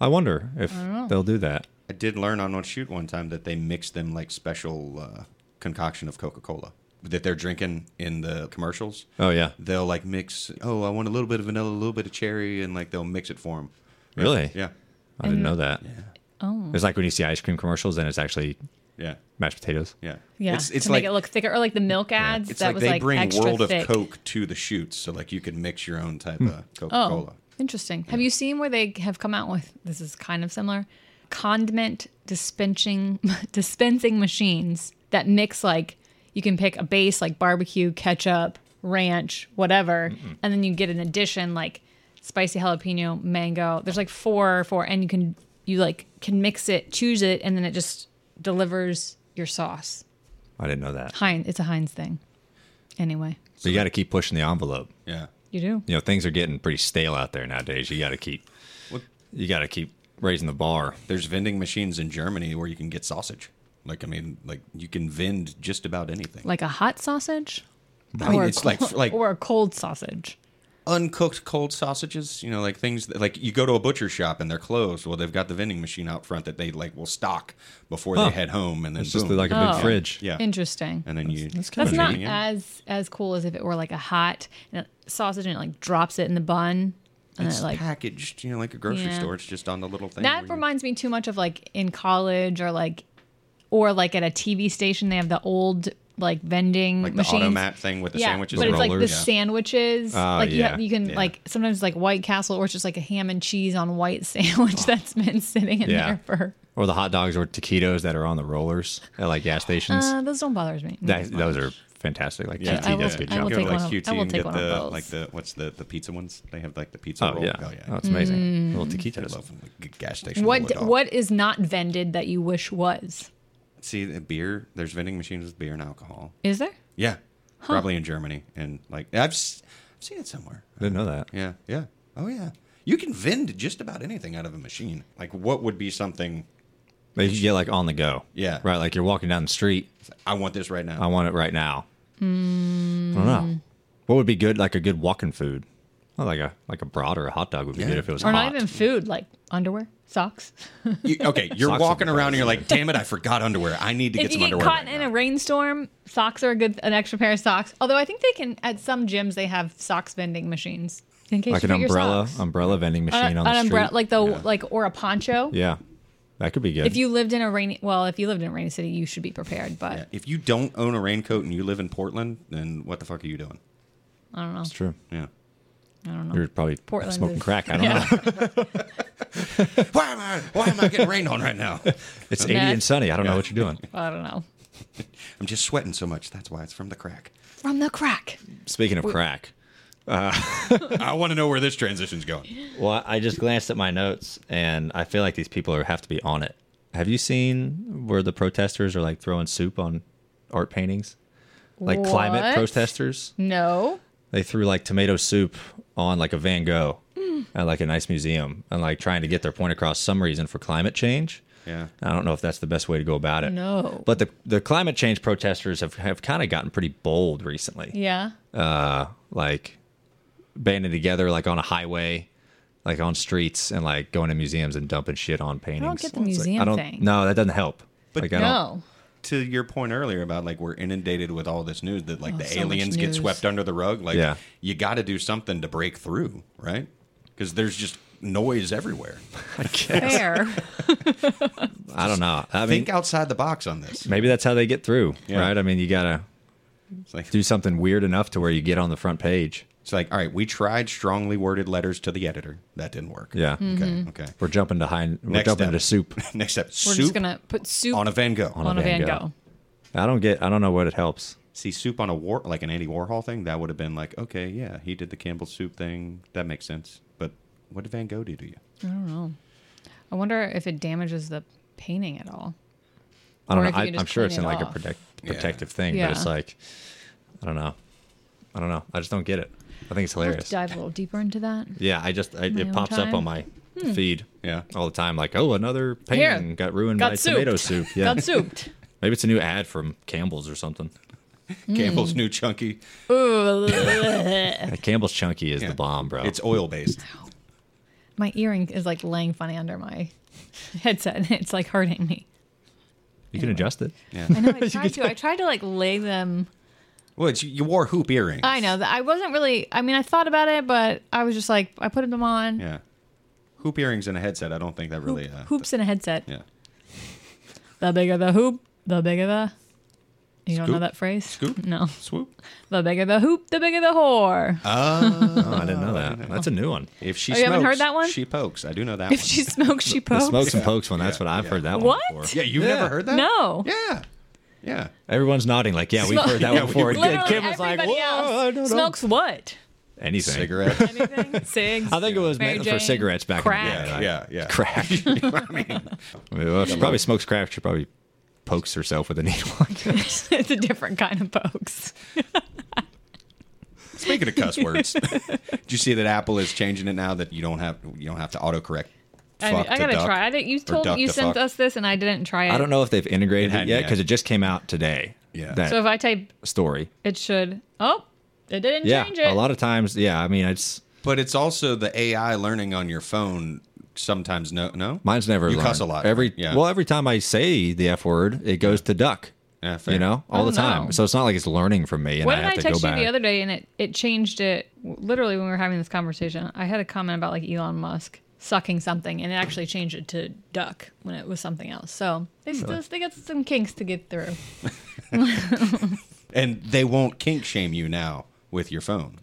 I wonder if they'll do that. I did learn on one shoot one time that they mix them like special uh, concoction of Coca Cola that they're drinking in the commercials. Oh yeah, They'll like mix. Oh, I want a little bit of vanilla, a little bit of cherry, and like they'll mix it for them. really? Yeah, I didn't know that. Oh. It's like when you see ice cream commercials and it's actually yeah, mashed potatoes. yeah. Yeah, it's, it's to like make it look thicker, or like the milk ads it's that like was they like bring extra World thick. of Coke to the shoots, so like you can mix your own type of Coca Oh, Cola. interesting. Have you seen where they have come out with this is kind of similar condiment dispensing dispensing machines that mix like you can pick a base like barbecue, ketchup, ranch, whatever, and then you get an addition like spicy jalapeno, mango. There's like four or four and you can you like can mix it, choose it and then it just delivers your sauce. I didn't know that. Heinz, it's a Heinz thing. Anyway, So you got to keep pushing the envelope. Yeah. you do. You know things are getting pretty stale out there nowadays. You got to keep. What- You got to keep raising the bar. There's vending machines in Germany where you can get sausage. Like I mean, like you can vend just about anything. Like a hot sausage? I mean, or a it's like cold- like or a cold sausage. uncooked cold sausages. You know, like things that, like you go to a butcher shop and they're closed. Well, they've got the vending machine out front that they like will stock before Huh. they head home, and then It's just boom. like a big Oh. fridge. yeah, Interesting. and then you kinda That's That's not convenient. as as cool as if it were like a hot and a sausage and it like drops it in the bun and it's it like packaged. You know, like a grocery Yeah. store. It's just on the little thing. where that you- reminds me too much of like in college or like or like at a TV station they have the old like vending like the machines. automat thing with the yeah, sandwiches but and it's like the rollers. Oh, sandwiches. like you, yeah, have, you can yeah. like sometimes like White Castle or it's just like a ham and cheese on white Oh. sandwich that's been sitting in Yeah. there for. Or the hot dogs or taquitos that are on the rollers at like gas stations. Uh, those don't bother me. that, those are fantastic. Like Yeah, QT I will- does a good I job. will Go take to, one like of- QT I will and take get one the of those. like the what's the the pizza ones? They have like the pizza Oh roll. yeah. Oh yeah, Oh, it's amazing. Mm. Little I taquitos. love them, like, g- gas station. roll What dog. what is not vended that you wish was? See the beer. There's vending machines with beer and alcohol. Is there? Yeah, probably in Germany and like I've s- I've seen it somewhere. Didn't know that. Yeah, yeah. Oh yeah. You can vend just about anything out of a machine. Like what would be something But you get like on the go. Yeah. Right. Like you're walking down the street. I want this right Oh. now. I want it right now. Mm. I don't know. What would be good? Like a good walking food. Well, like a like a brat or a hot dog would be Yeah. good if it was Or hot. not even food, like underwear, socks. You- okay, you're Socks walking would be around and you're like, "Damn it, I forgot underwear. I need to if get you some get underwear." caught right in now." a rainstorm, socks are a good an extra pair of socks. Although I think they can at some gyms they have socks vending machines in case like you an forget your umbrella socks. umbrella vending An- machine on the an umbrella, street. like the like or a poncho. yeah, that could be good. If you lived in a rainy, well, if you lived in a rainy city, you should be prepared. But Yeah, If you don't own a raincoat and you live in Portland, then what the fuck are you doing? I don't know. it's true. Yeah. You're probably Portland smoking is- crack. I don't know. Why am I why am I getting rained on right now? It's 80 and sunny. I don't know what you're doing. I don't know. I'm just sweating so much. That's why it's from the crack. From the crack. Speaking of crack, I want to know where this transition's going. well, I just glanced at my notes and I feel like these people are, have to be on it. Have you seen where the protesters are like throwing soup on art paintings? Like climate What? protesters? No. They threw like tomato soup on like a Van Gogh Mm. at like a nice museum and like trying to get their point across some reason for climate change. Yeah. I don't know if that's the best way to go about it. No. But the, the climate change protesters have, have kind of gotten pretty bold recently Yeah. uh, like banding together like on a highway, like on streets and like going to museums and dumping shit on paintings. get the It's like, museum I don't, thing. No, that doesn't help. But like, I don't, No. To your point earlier about like we're inundated with all this news that like the Oh, so much aliens get news. swept under the rug. Like Yeah. you got to do something to break through, right? Because there's just noise everywhere. I guess. Fair. I don't know. I mean, Think outside the box on this. maybe that's how they get through, Yeah. right? I mean, you gotta It's like, do something weird enough to where you get on the front page. it's like, all right, we tried strongly worded letters to the editor. That didn't work. Yeah, Mm-hmm. Okay. Okay. we're jumping to high. We're Next jumping step. to soup. Next up, We're soup just gonna put soup on a Van Gogh. on a Van Gogh. I don't get. I don't know what it helps. See, soup on a war like an Andy Warhol thing, that would have been like, okay, yeah, he did the Campbell soup thing. That makes sense. But what did Van Gogh do to you? I don't know. I wonder if it damages the painting at all. I don't Or know. if you I, can just I'm sure clean it's in it like a off. protect, protective thing, Yeah. but it's like, I don't know. I don't know. I just don't get it. I think it's We'll have hilarious. to dive a little deeper into that. Yeah, I just I, own it pops up time. Hmm. on my feed. Yeah. all the time. Like, oh, another painting Here. got ruined Got by souped. tomato soup. Yeah, Got souped. maybe it's a new ad from Campbell's or something. Hmm. Campbell's new chunky. Uh, Campbell's Chunky is Yeah. the bomb, bro. It's oil based. My earring is like laying funny under my headset. and It's like hurting me. you can adjust it. Yeah. I know. I tried to. I tried to like lay them. Well, it's, you wore hoop earrings. I know that I wasn't really. I mean, I thought about it, but I was just like, I put them on. Yeah. Hoop earrings and a headset. I don't think that Hoop- really. Uh, hoops in a headset. Yeah. The bigger the hoop, the bigger the. You don't know Scoop? that phrase? Scoop? No. Swoop. The bigger the hoop, the bigger the whore. Oh, I didn't know that. That's a new one. If she Oh, you smokes, haven't heard that one? she pokes. I do know that if one. she smokes, she The pokes. smokes and pokes one. That's Yeah, what I've yeah. heard that one. What? Before. yeah, you've Yeah. never heard that? No. Yeah. Yeah. Everyone's nodding like, yeah, we've heard that Yeah, one we- before. Literally And Kim was like, everybody whoa, I don't else know. smokes what? anything. Cigarette. Anything? Cigs. I think it was Mary meant Jane, for cigarettes back in crack. the day. yeah, like, yeah, yeah. Crack. I mean, I mean, well, she probably smokes crack. She probably pokes herself with a needle. I guess. it's a different kind of pokes. Speaking of cuss words, do you see that Apple is changing it now that you don't have you don't have to autocorrect? I, fuck I to gotta duck try. I didn't, you or told duck you to sent fuck? us this, and I didn't try it. I don't know if they've integrated It it, hadn't yet yet. because it just came out today. Yeah. That So if I type story. it, should oh, it didn't Yeah. change it. A lot of times. Yeah. I mean, it's But it's also the AI learning on your phone. Sometimes no, no. mine's never. You learned. cuss a lot. Every right? yeah. well, every time I say the f word, it goes to duck. Yeah, fair. you know, all I the don't time. know. So it's not like it's learning from me, and what I did have I to go text you back. the other day, and it it changed it literally when we were having this conversation. I had a comment about like Elon Musk sucking something, and it actually changed it to duck when it was something else. So they still they got some kinks to get through. and they won't kink shame you now with your phone.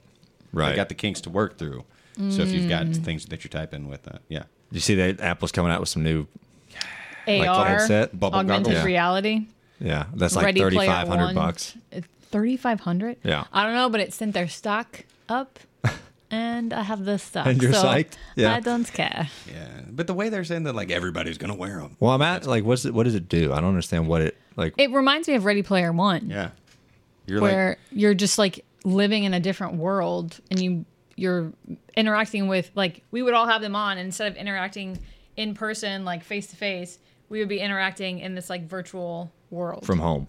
right. They got the kinks to work through. So if you've got Mm. things that you type in with, uh, yeah, you see that Apple's coming out with some new. AR, headset, bubble augmented goggles. reality, Yeah, that's like Ready thirty Player five hundred One. bucks. thirty five hundred. Yeah. I don't know, but it sent their stock up, and I have this stock. And you're so psyched? Yeah. I don't care. yeah. But the way they're saying that, like everybody's gonna wear them. Well, I'm at like, what's it? What does it do? I don't understand what it like. It reminds me of Ready Player One, Yeah. You're where you're just like living in a different world and you you're interacting with like we would all have them on and instead of interacting in person like face to face we would be interacting in this like virtual world from home.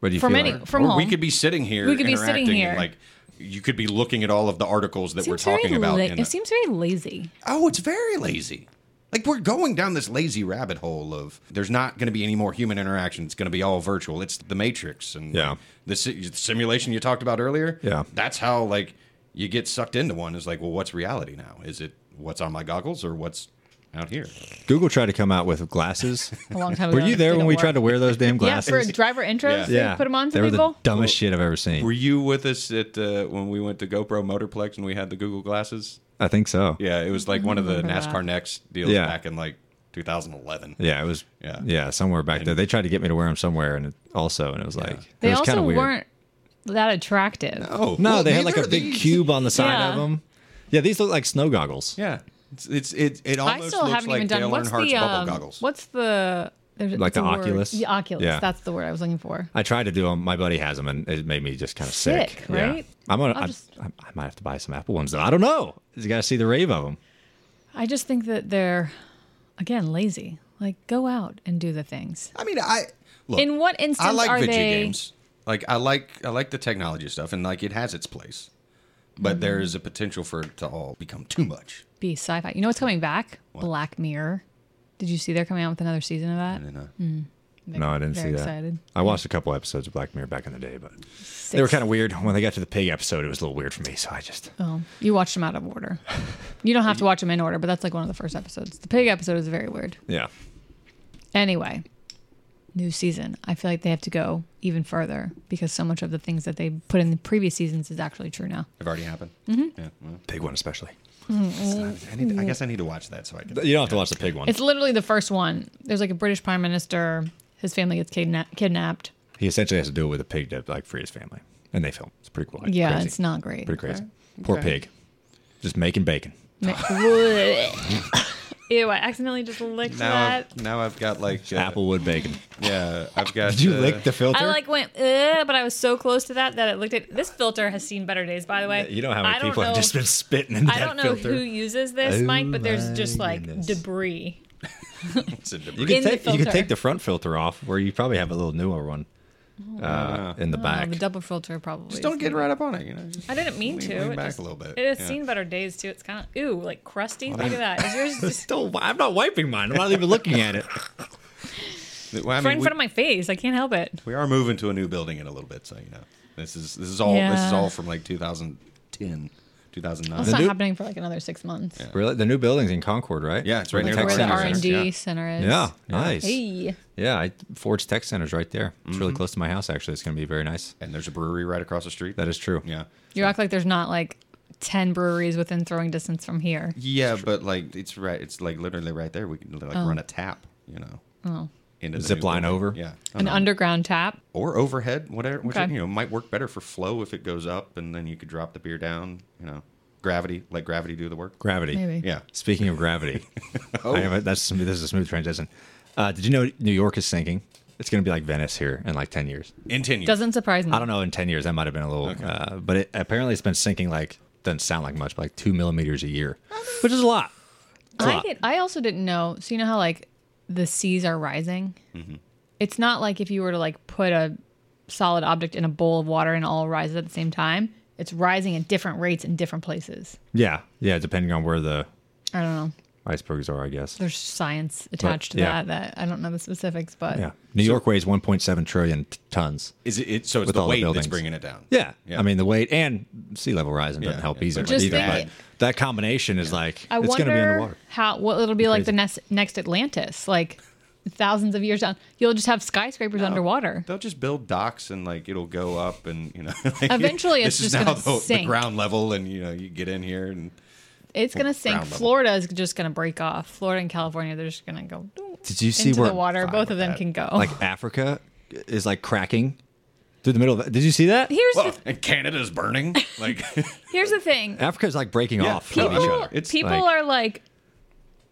What do you From feel? any- like? from or we home. could be sitting here. We could be sitting interacting, here. Like you could be looking at all of the articles that we're Seems very talking about. la- in it the- seems very lazy oh, it's very lazy. Like we're going down this lazy rabbit hole of there's not going to be any more human interaction. It's going to be all virtual. It's the Matrix and Yeah. the, si- simulation you talked about earlier. Yeah. that's how like you get sucked into one. Is like, well, what's reality now? Is it what's on my goggles or what's out here? Google tried to come out with glasses. a long time Were ago. you there when we tried to wear those damn glasses? Yeah, for driver intros, Yeah. they put them on they to were people. the dumbest shit I've ever seen. Were you with us at uh, when we went to GoPro Motorplex and we had the Google glasses? I think so. Yeah, it was like one of the remember NASCAR that. Next deals Yeah. back in like 2011. Yeah, it was. Yeah. Yeah, somewhere back there. They tried to get me to wear them somewhere, and it- also, and it was like they it was also kinda weird. weren't that attractive. Oh No, well, they had like a neither of big these. cube on the side Yeah. of them. Yeah, these look like snow goggles. Yeah, it's it's it, it almost I still looks haven't like even done. Dale what's Earnhart's the bubble um, goggles. what's the there's, Like it's the a word. Oculus? Yeah, Oculus. Yeah. That's the word I was looking for. I tried to do them. My buddy has them, and it made me just kind of sick. Sick, Yeah. right? I'm gonna. I'll I, just- I, I might have to buy some Apple ones though. I don't know. You got to see the rave of them. I just think that they're again lazy. Like go out and do the things. I mean, I look. In what instance I like are video they? games. Like I like I like the technology stuff, and like it has its place, but Mm-hmm. there is a potential for it to all become too much. Be sci-fi. You know what's coming back? Black Mirror. Did you see they're coming out with another season of that? You know? No, I didn't very see that. excited. I watched a couple episodes of Black Mirror back in the day, but Six. they were kind of weird. When they got to the pig episode, it was a little weird for me. So I just Oh, you watched them out of order. You don't have to watch them in order, but that's like one of the first episodes. The pig episode is very weird. yeah. Anyway, new season. I feel like they have to go even further because so much of the things that they put in the previous seasons is actually true now. They've already happened. Mm-hmm. Yeah, well, Pig one especially. I, need to- I guess I need to watch that so I can. You don't have to watch the pig one. It's literally the first one. There's like a British prime minister, his family gets kidna- kidnapped. he essentially has to deal with a pig to like free his family, and they film. It's pretty cool. like, Yeah, crazy. it's not great. pretty crazy. Poor pig, just making bacon. Ew, I accidentally just licked Now, that. I've, now I've got like uh, Applewood bacon. Yeah, I've got. Did you uh, lick the filter? I like went, uh, but I was so close to that that it looked at this filter has seen better days. By the way, You know how I many don't people know have just been spitting into I that don't know filter. who uses this, Oh Mike, but there's my just like goodness. debris. it's a debris. You can in the take you can filter. take the front filter off, where you probably have a little newer one uh, in the Oh, back. the double filter probably. Just don't get right up on it. You know, just I didn't mean lean, to. Lean it back just- a little bit. It has Yeah. seen better days too. It's kind of ooh, like crusty. Look at that. Is yours just Don't- I'm not wiping mine. I'm not even looking at it. Well, I right in mean, we- front of my face? I can't help it. we are moving to a new building in a little bit, so you know this is this is all this is Yeah. all from like 2010, 2009. It's not new- happening for like another six months. Really, the new building's in Concord, right? Yeah, it's right Where near the Where tech the center R and is. D yeah. center is. Yeah, nice. Hey. Yeah, I, Ford's Tech Center's right there. It's really close to my house. Actually, it's going to be very nice. and there's a brewery right across the street. That is true. yeah, You act like there's not like ten breweries within throwing distance from here. yeah, but like it's right, it's like literally right there. We can like run a tap, you know, Oh. into the Zip new line building. over? yeah, An underground tap. or overhead, whatever, which Okay. you know might work better for flow if it goes up, and then you could drop the beer down, you know, gravity, let gravity do the work. Gravity. Maybe. Yeah, Speaking of gravity, Oh. I have a- that's this is a smooth transition. Uh, did you know New York is sinking? It's going to be like Venice here in like ten years. in ten years. Doesn't surprise me. I don't know. In ten years, that might have been a little, uh, but it, apparently it's been sinking like doesn't sound like much, but like two millimeters a year, which is a lot. It's a I lot. did. I also didn't know. So you know how like the seas are rising. Mm-hmm. It's not like if you were to like put a solid object in a bowl of water and it all rises at the same time. It's rising at different rates in different places. Yeah, yeah. Depending on where the I don't know. icebergs are, I guess. There's science attached yeah. to that that I don't know the specifics, but Yeah, New York weighs 1.7 trillion t- tons. Is it, it so? It's With the all the weight that's buildings. bringing it down. Yeah. Yeah. I mean the weight and sea level rising doesn't Yeah, help yeah. either. Just either, think- but that combination is like I it's wonder going to be underwater. how what it'll be like the next next Atlantis, like thousands of years down. You'll just have Oh. skyscrapers underwater. They'll just build docks and like it'll go up and you know. like, Eventually, it's this is just now gonna the, the sink. ground level and you know you get in here and It's gonna sink. ground level. Florida is just gonna break off. Florida and California, they're just gonna go Did you see into where the water. fine Both with of them that. can go. like Africa is like cracking through the middle of Did you see that? Here's Whoa, the oh, and Canada's burning. Like here's the thing. Africa is like breaking Yeah, off from people- each People, other. It's people like- are like,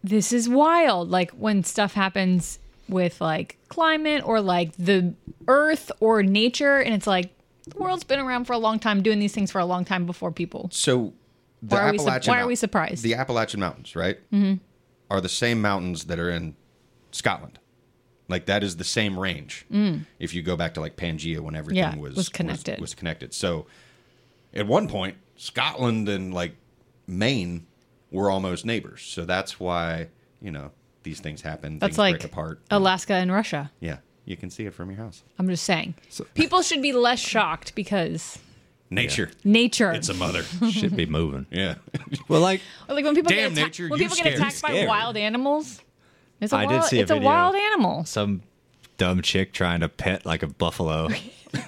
this is wild. Like when stuff happens with like climate or like the earth or nature, and it's like the world's been around for a long time, doing these things for a long time before people. So, the Why are we su- Appalachian why are Mount- we surprised? The Appalachian Mountains, right, mm-hmm. are the same mountains that are in Scotland. Like that is the same range. If you go back to like Pangea, when everything Mm. Yeah, was was connected. was, connected. So, at one point, Scotland and like Maine were almost neighbors. So that's why you know these things happen. That's things like break apart. Alaska and Russia. yeah, you can see it from your house. I'm just saying. people should be less shocked because Nature, nature. it's a mother. Should be moving. yeah, Well, like Or, like when people Damn, get atta- nature, when you people get scary. attacked by Scary. wild animals. It's a I did wild, see a it's a video. wild animal. some dumb chick trying to pet like a buffalo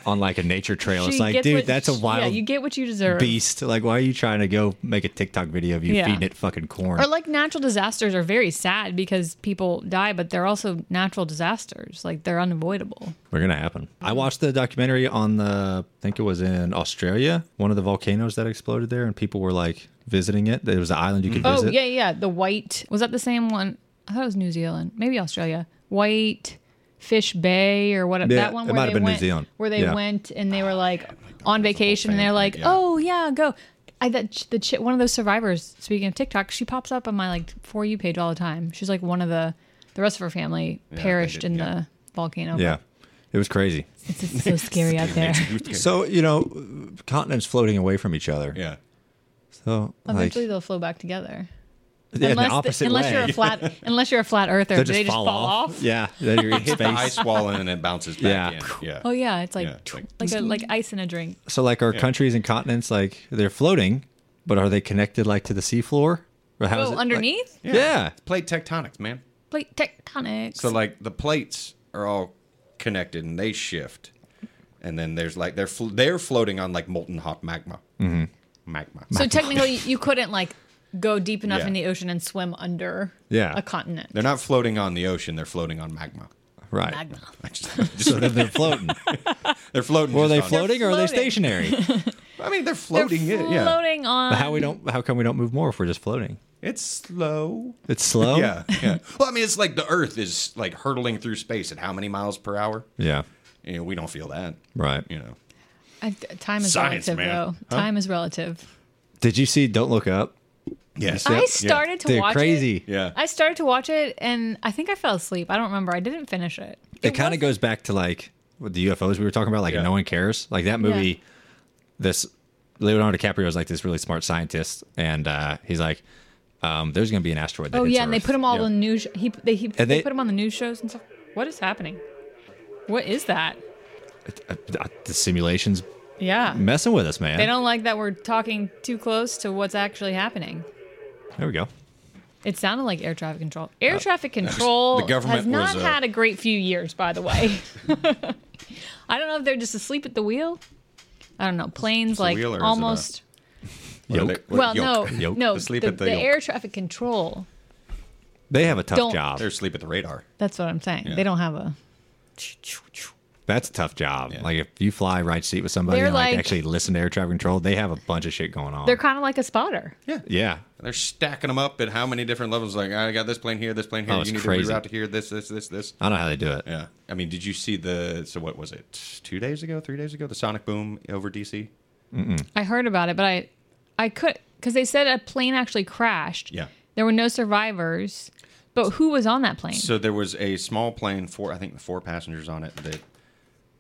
on like a nature trail. She it's like, gets dude, what- that's a Yeah, wild you get what you deserve. beast. Like, why are you trying to go make a TikTok video of you Yeah. feeding it fucking corn? Or like natural disasters are very sad because people die, but they're also natural disasters. Like they're unavoidable. We're gonna happen. I watched the documentary on the, I think it was in Australia, one of the volcanoes that exploded there, and people were like visiting it. There was an island you could Oh visit. yeah, yeah. The white was that the same one? I thought it was New Zealand, maybe Australia. White Fish Bay or what? that one it where might they have been New went, Zealand. Where they Yeah. went and they were like on vacation and fan they're thing, like, yeah. oh yeah, go. I that ch- the ch- one of those survivors. Speaking of TikTok, she pops up on my like for you page all the time. She's like one of the the rest of her family they perished did, in yeah. the volcano. yeah. It was crazy. it's, it's so scary out there. So, you know, continents floating away from each other. yeah. So, like, Eventually, they'll flow back together. yeah, in the unless, the- opposite unless way. you're a flat, unless you're a flat earther, They'll do they just fall, off. Yeah. Then you're in Hit the space. ice wall and then it bounces back Yeah. in. Yeah. Oh yeah, it's like Yeah, it's tw- like- like a, like ice in a drink. So like our countries and continents, like they're floating, but are they connected like to the seafloor? Or how is Oh, it, like- underneath, yeah. Plate tectonics, man. plate tectonics. So like the plates are all connected and they shift, and then there's like they're fl- they're floating on like molten hot magma. Mm-hmm. Magma. So technically, you couldn't like go deep enough Yeah. in the ocean and swim under Yeah. a continent. they're not floating on the ocean. They're floating on magma. Right. Magma. I just- So then they're floating. they're floating. Well, are they just on- floating or are they floating. stationary? I mean, they're They're floating. it, yeah. floating on. But how we don't? How come we don't move more if we're just floating? It's slow. It's slow. Yeah. Yeah. well, I mean, it's like the Earth is like hurtling through space at how many miles per hour? Yeah. You know, we don't feel that. Right. You know. I, time is Science, relative, man. though. Time is relative. Did you see? Don't look up. Yes. I started to They're watch crazy. it. Yeah. I started to watch it, and I think I fell asleep. I don't remember. I didn't finish it. It kind of goes was- back to like with the UFOs we were talking about. Like Yeah. no one cares. Like that movie. This Leonardo DiCaprio is like this really smart scientist, and uh, he's like, um, "There's going to be an asteroid." That Oh hits yeah, and they Earth. put him all Yeah. on news. He they he, they, they- put him on the news shows and stuff. What is happening? What is that? Uh, uh, the simulations Yeah, messing with us, man. they don't like that we're talking too close to what's actually happening. There we go. It sounded like air traffic control. Air traffic control Uh, the government has not was, uh, had a great few years, by the way. I don't know if they're just asleep at the wheel. I don't know. Planes the like wheel or is it a- almost. What are Yoke. they- what- well, yoke. no, Yoke. no. Asleep the at the the yoke. air traffic control. They have a tough Don't- job. They're asleep at the radar. That's what I'm saying. They don't have a. That's a tough job. Like if you fly right seat with somebody They're and like, like- actually listen to air traffic control, they have a bunch of shit going on. They're kind of like a spotter. yeah. They're stacking them up at how many different levels? Like, I got this plane here, this plane here. Oh, it's you need crazy. to reroute to here, this, this, this, this. I don't know how they do it. Yeah. I mean, did you see the? So what was it? Two days ago, three days ago, the sonic boom over DC. I heard about it, but I, I could because they said a plane actually crashed. Yeah. There were no survivors, but who was on that plane? So there was a small plane, four I think the four passengers on it that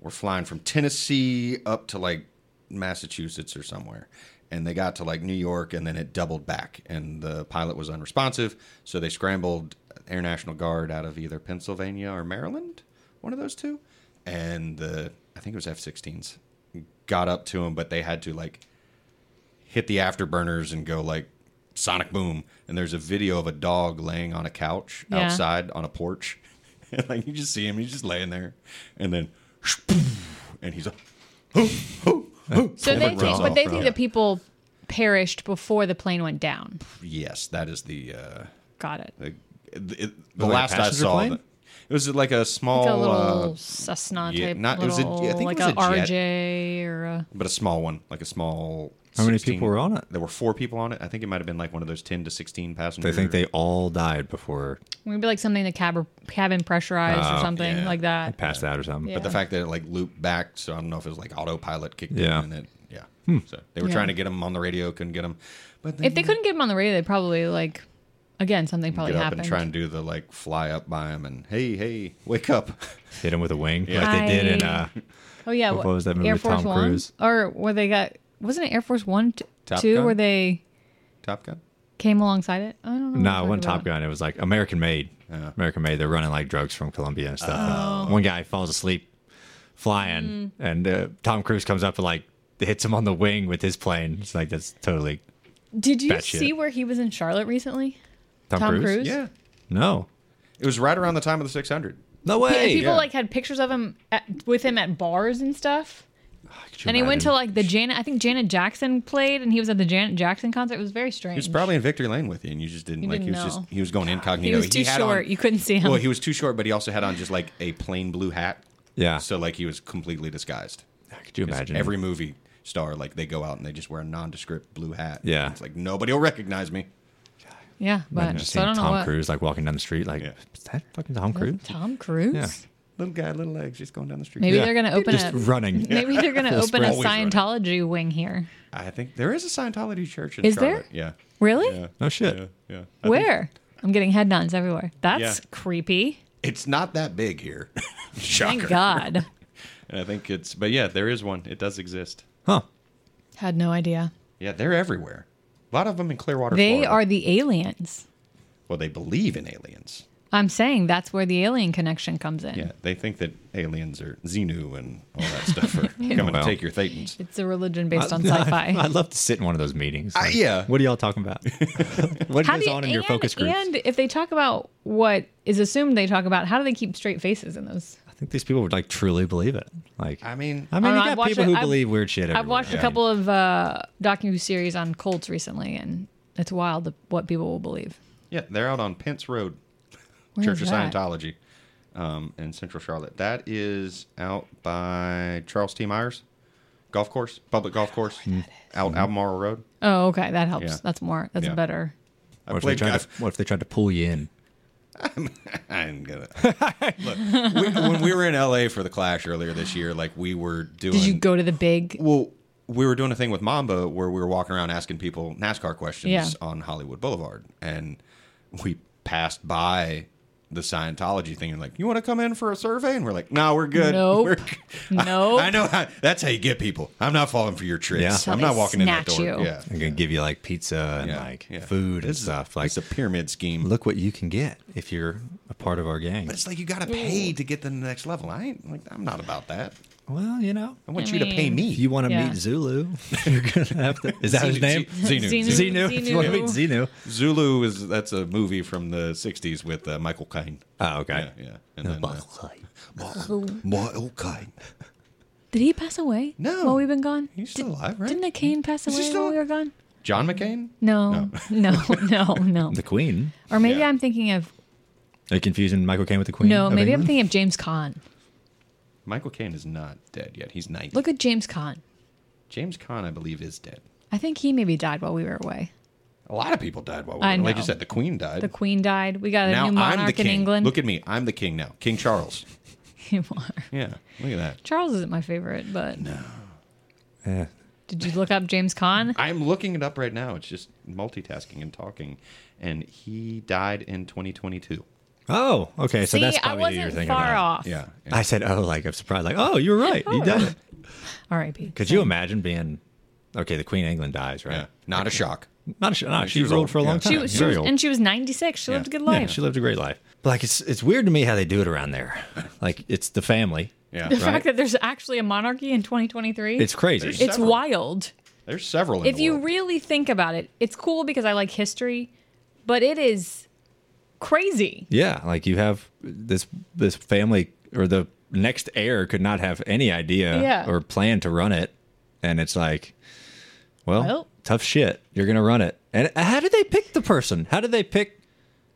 were flying from Tennessee up to like Massachusetts or somewhere. And they got to like New York and then it doubled back and the pilot was unresponsive, so they scrambled Air National Guard out of either Pennsylvania or Maryland, one of those two. And the I think it was F-16s got up to him, but they had to like hit the afterburners and go like sonic boom and there's a video of a dog laying on a couch Yeah. outside on a porch and like you just see him he's just laying there and then and he's like So they Different think, route. but they Off think route. that people perished before the plane went down. yes that is the uh Got it. the, the, the like a last i passenger saw plane? the- It was like a small, It's a little uh, Cessna yeah, type. not- it was a- little, I think it like was a, a jet. RJ or a, but a small one, like a small. How many people were on it? There were four people on it. I think it might have been like one of those ten to sixteen They passengers. think they all died before maybe like something the cab cabin pressurized or Oh, something yeah. like I that. passed out or something. Yeah. The fact that it like looped back, so I don't know if it was like autopilot kicked Yeah. Hmm. in and it, yeah. So they were Yeah. trying to get them on the radio, couldn't get them. But then If they couldn't get him on the radio, they probably like again something probably get up happened. and try and do the like fly up by him and hey hey wake up. Hit him with a wing like they did in uh, oh yeah, What was that movie Air with Force Tom One Cruise? or where they got wasn't it Air Force One t- Top two Gun? where they Top Gun. came alongside it? I don't know. what No, I'm one talking Top about. Gun. It was like American Made. American Made. They're running like drugs from Colombia and stuff. Oh. And one guy falls asleep Mm. flying, and uh, Tom Cruise comes up and like hits him on the wing with his plane. It's like that's totally Did you Batshit. see where he was in Charlotte recently? Tom, Tom Cruise. Cruise? Yeah. No, It was right around the time of the 600. no Yeah, way. people Yeah. like had pictures of him at, with him at bars and stuff. Could you And he went to imagine? like the Janet. I think Janet Jackson played, and he was at the Janet Jackson concert. It was very strange. He was probably in Victory Lane with you, and you just didn't You like. didn't he was know. just he was going incognito. He was too had short. on- you couldn't see him. well, he was too short, but he also had on just like a plain blue hat. Yeah. So like he was completely disguised. Could you 'Cause imagine every movie star like they go out and they just wear a nondescript blue hat. Yeah. It's like nobody will recognize me. yeah, Imagine but just so I seeing don't know Tom what. Cruise like walking down the street. Like Yeah. is that fucking Tom Cruise? Tom Cruise. Yeah. Little guy, little legs, just going down the street. Maybe Yeah. they're gonna open Just a running. Maybe they're gonna Full open a sprint. Always running. Scientology wing here. I think there is a Scientology church in Is Charlotte. there? Yeah. Really? Yeah. No shit. Yeah. yeah. I think- Where? I'm getting head nods everywhere. That's Yeah. creepy. it's not that big here. Thank Shocker. God. And I think it's, but yeah, there is one. It does exist. Huh. Had no idea. Yeah, they're everywhere. A lot of them in Clearwater. They Florida. are the aliens. Well, they believe in aliens. I'm saying that's where the alien connection comes in. Yeah, they think that aliens are Xenu and all that stuff are coming Well. to take your Thetans. It's a religion based on I, sci-fi. would love to sit in one of those meetings. Uh, yeah. What are y'all talking about? what How goes do you- on in your and- focus groups? And if they talk about what is assumed they talk about, how do they keep straight faces in those? I think these people would like truly believe it. Like I mean, I mean, I don't know, you I've got watched people it- who I've- believe weird shit. I've watched a everywhere. couple of uh, docu series on cults recently, and it's wild the- what people will believe. yeah, they're out on Pence Road, Where Church of is that? Scientology, um, in Central Charlotte. That is out by Charles T. Myers Golf Course, public golf course, out Albemarle Road. Oh, okay, that helps. Yeah. That's more. That's Yeah. better. I What if, they played tried golf. to, what if they tried to pull you in? I'm gonna look. We, when we were in LA for the Clash earlier this year, like we were doing. Did you go to the big? Well, we were doing a thing with Mamba where we were walking around asking people NASCAR questions Yeah. on Hollywood Boulevard, and we passed by the Scientology thing and like, you want to come in for a survey? And we're like, no, we're good. Nope. We're- Nope. I, know how, that's how you get people. I'm not falling for your tricks. Yeah. I'm not Somebody walking in that snatch door. you. Yeah. They're gonna give you like pizza and Yeah, like yeah. food and stuff. Like, It's a pyramid scheme. look what you can get if you're a part of our gang. But it's like you got to pay to get to the next level. I ain't like I'm not about that. Well, you know, I want I you to pay mean- me. if you want to Yeah. meet Zulu, you're gonna have to. Is that his name? Xenu. Xenu. Xenu. If you want to meet Zenu. Zulu is that's a movie from the '60s with uh, Michael Caine. Oh, okay. Yeah, yeah. And then, uh, Michael Caine. Did he pass away? No. While we've been gone, He's still alive, right? didn't the Kane pass Is he away still- while we were gone? John McCain? No, no, no, no. The Queen. Or maybe Yeah. I'm thinking of Are you confusing Michael Caine with the Queen? no. of Maybe I'm England? thinking of James Caan. Michael Caine is not dead yet. He's 90. Look at James Caan. James Caan, I believe, is dead. I think he maybe died while we were away. A lot of people died while we were I like you know. said. The Queen died. The Queen died. We got a now new monarch I'm the in king. England. Look at me. I'm the king now. King Charles. You are. Yeah. Look at that. Charles isn't my favorite, but Yeah. did you look up James Caan? I'm looking it up right now. It's just multitasking and talking. And he died in 2022. Oh, okay. So See, that's I probably who you're wasn't thinking far about. off. Yeah. I said, oh, like I'm surprised. Like, oh, you were right. You Oh. done it. R.I.P. Could you imagine being okay? The Queen of England dies, right? yeah. Not a shock. Not a sh- no, she, she was ruled old. for a long Yeah. time. She was, she Very was- old. and she was 96. She Yeah. lived a good Yeah, life. she lived a great life. But like, it's it's weird to me how they do it around there. Like, it's the family. Yeah. the Right. fact that there's actually a monarchy in 2023, It's crazy. There's- it's several. wild. There's several. In If the you world. really think about it, it's cool because I like history, but it is crazy. yeah, like you have this this family or the next heir could not have any idea Yeah. or plan to run it, and it's like, well, Well. tough shit. You're gonna run it. And uh, how did they pick the person? How did they pick?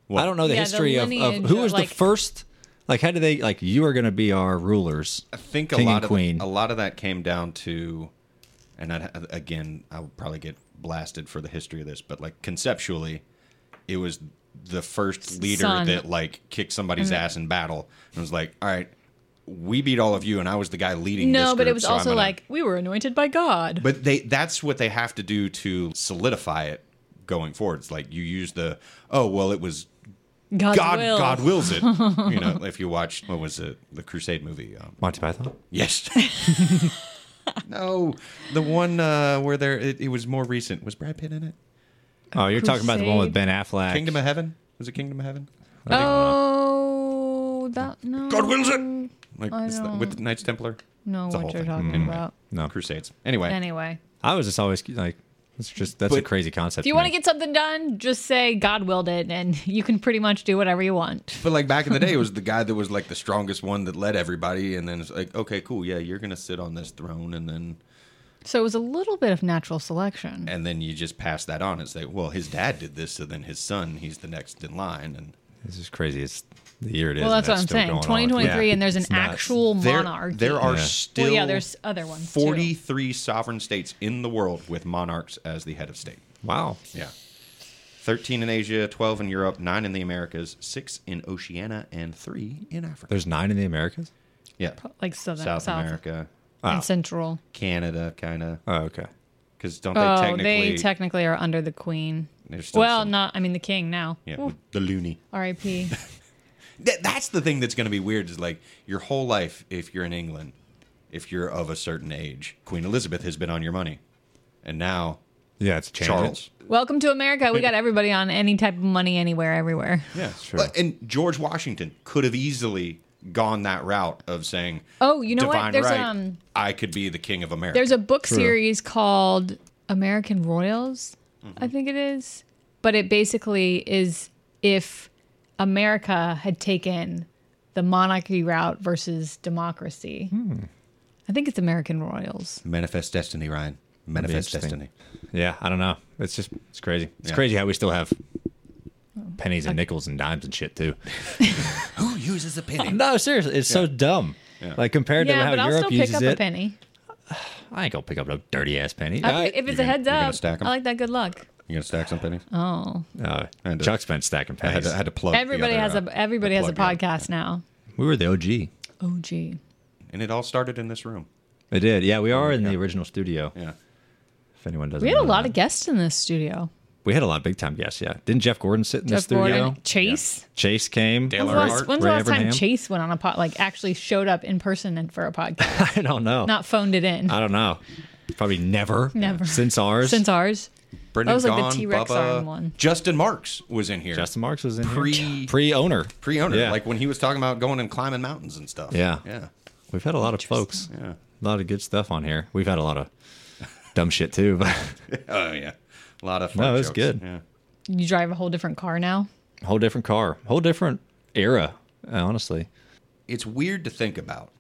I don't know the Yeah, the history of, of lineage who of, was like- the first Like, how do they like? You are going to be our rulers. I think a King and lot of queen. a lot of that came down to, and I'd, again, I'll probably get blasted for the history of this, but like conceptually, it was the first leader Son. Mm-hmm. that like kicked somebody's ass in battle and was like, all right, we beat all of you, and I was the guy leading. No, this but it group, was so I'm also gonna-" like we were anointed by God. But they that's what they have to do to solidify it going forward. It's like you use the oh well, it was God's God will. God wills it. you know, if you watch what was it, the Crusade movie. Um, Monty Python. Yes. no, the one uh, where there it, it was more recent. Was Brad Pitt in it? Oh, you're talking about the one with Ben Affleck. Kingdom of Heaven. Was it Kingdom of Heaven? oh, that no. God wills it. Like I it's the- don't- with the Knights Templar, No, It's a what whole you're thing. Mm. talking Anyway, about. No, Crusades. Anyway, Anyway, I was just always like, it's just that's a But- crazy concept. if you to want to me. get something done, just say God willed it, and you can pretty much do whatever you want. but like back in the day, it was the guy that was like the strongest one that led everybody, and then it's like, okay, cool, yeah, you're gonna sit on this throne, and then So it was a little bit of natural selection. and then you just pass that on and say, well, his dad did this, so then his son, he's the next in line, and This is crazy. It's the year it is. Well, and that's what I'm still saying. going on. 2023, Yeah. and there's an It's nuts. actual there, monarchy. there are Yeah. still Well, yeah, there's other ones, too. 43 sovereign states in the world with monarchs as the head of state. Wow. Yeah. 13 in Asia, 12 in Europe, 9 in the Americas, 6 in Oceania, and 3 in Africa. There's nine in the Americas. yeah. like Southern, South, America, and Central. Canada, kind of. Oh, okay. Because don't oh, they technically. they technically are under the Queen. there's still Well, some- not. I mean, the King now. Yeah, Ooh, with the loony. R.I.P. That, that's the thing that's going to be weird is like your whole life, if you're in England, if you're of a certain age, Queen Elizabeth has been on your money. And now Yeah, it's changed. Charles. Welcome to America. We got everybody on any type of money, anywhere, everywhere. Yeah, true. But- and George Washington could have easily gone that route of saying, Oh, you know what? "Divine There's, right, um, I could be the king of America." There's a book True. series called American Royals, Mm-hmm. I think it is. But it basically is if America had taken the monarchy route versus democracy. Hmm. I think it's American Royals. manifest destiny, Ryan. Manifest interesting. destiny. Yeah, I don't know. It's just it's crazy. It's Yeah. crazy how we still have pennies and nickels and dimes and shit too. Who uses a penny? No, seriously, it's so dumb. Like compared to Yeah, how but I'll Europe still pick uses up a it, penny. I ain't gonna pick up no dirty ass penny. I- I, if it's gonna- a heads you're gonna up, stack 'em? I like that. Good luck. You gonna stack some pennies? Oh, uh, And, uh, Chuck's been stacking I had pennies. to, I had to plug. the everybody other, has uh, a everybody the has a plug, yeah. podcast now. we were the OG. Oh, gee. and it all started in this room. It did. Yeah, we are in the original studio. Yeah, If anyone doesn't, We had a know lot that. of guests in this studio. we had a lot of big time guests. Yeah, didn't Jeff Gordon sit in the Jeff studio? Gordon, Chase. Chase came. Dale When's the last- Earnhardt, when's the Ray last time Abraham. Chase went on a pod, like actually showed up in person and for a podcast, I don't know. not phoned it in? I don't know. Probably never. Never. Since ours. Since ours, Brendan was like the Gaughan, T-Rex Bubba, arm one. Justin Marks was in here. Justin Marks was in Pre- pre owner. pre-owner, Yeah. like when he was talking about going and climbing mountains and stuff. Yeah. yeah. We've had a lot of folks. Yeah. A lot of good stuff on here. We've had a lot of dumb shit too, but Oh yeah, a lot of fun. No, it was jokes. good. Yeah. you drive a whole different car now. whole different car, whole different era, uh, honestly. it's weird to think about.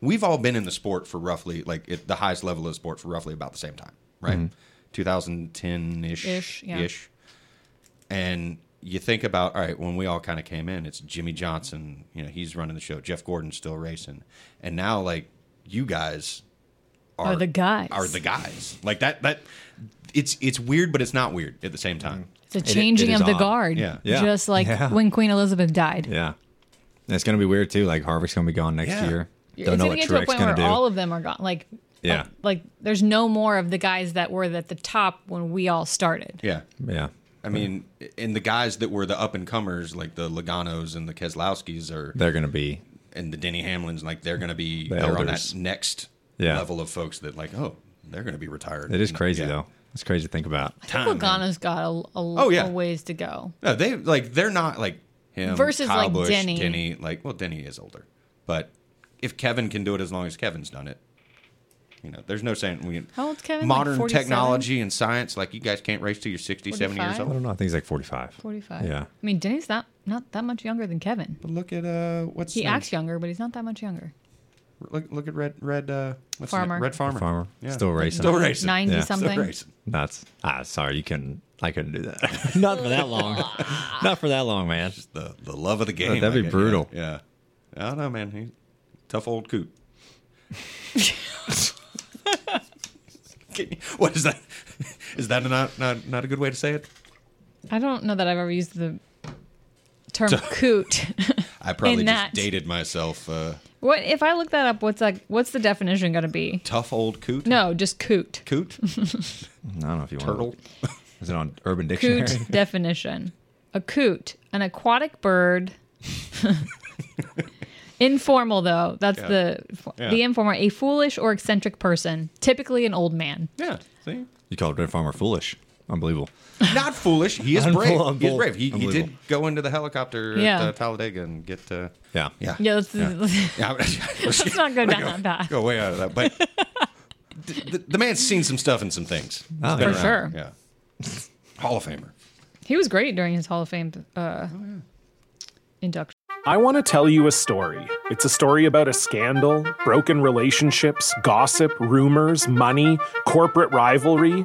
We've all been in the sport for roughly like at the highest level of sport for roughly about the same time, right? 2010 ish, Ish, yeah. ish. And you think about all right when we all kind of came in, it's Jimmy Johnson, you know, he's running the show. Jeff Gordon's still racing, and now like you guys are, Are the guys. are the guys like that that it's it's weird, but it's not weird at the same time. It's a it changing is of the on. guard, Yeah. Yeah. just like Yeah. when Queen Elizabeth died. Yeah. And it's going to be weird too. Like Harvick's going to be gone next Yeah. year. It's Don't know gonna what get to a Truex point going to where do. all of them are gone. Like, Yeah. uh, like there's no more of the guys that were at the top when we all started. Yeah, yeah. I mean, and the guys that were the up and comers, like the Logano's and the Keselowskis, are They're going to be. and the Denny Hamlins, like they're going to be The they're on that elders. next Yeah. level of folks that like, oh, they're going to be retired. It is crazy Yeah. though. It's crazy to think about. Time, man. Logano's got a, a, Oh, yeah. a ways to go. no, they like they're not like him Versus, Kyle like, Busch, Denny. Denny, like well, Denny is older, but if Kevin can do it as long as Kevin's done it, you know, there's no saying we. How old's Kevin? Like, Modern 47? technology and science, like you guys can't race till you're 60, 70 years 45? I old. don't know. I think he's like 45. 45. Yeah. I mean, Denny's not not that much younger than Kevin. But look at uh, what's He his name? acts younger, but he's not that much younger. Look, look at red red uh, what's his Farmer. name? Red farmer. Farmer. Yeah. Still racing. Still racing. 90 Yeah. Still something. racing. That's ah. Sorry, you couldn't. I couldn't do that. Not for that long. Not for that long, man. The the love of the game. that'd I be guess. brutal. Yeah. yeah. I don't know, man. He's a tough old coot. Can you- what is that? Is that not, not not a good way to say it? I don't know that I've ever used the term coot. I probably just In that- dated myself. Uh, what if I look that up? What's like? What's the definition going to be? tough old coot. No, just coot. Coot. I don't know if you Turtle. want. Is it on Urban Dictionary? Coot definition. A coot, an aquatic bird. Informal though. That's Yeah. the Yeah. the informal. A foolish or eccentric person, typically an old man. Yeah. See. You called Red Farmer foolish. Unbelievable. Not foolish. He is Unbel- brave. He is unbel- brave. He, he did unbelievable. go into the helicopter Yeah. at uh, Talladega and get. Uh, Yeah. yeah. Yeah, let's, Yeah, let's let's not go down that path. Go way out of that. But th- th- the, man's seen some stuff and some things. He's Oh, been For around. sure. Yeah. Hall of Famer. He was great during his Hall of Fame Oh, uh, induction. I want to tell you a story. It's a story about a scandal, broken relationships, gossip, rumors, money, corporate rivalry,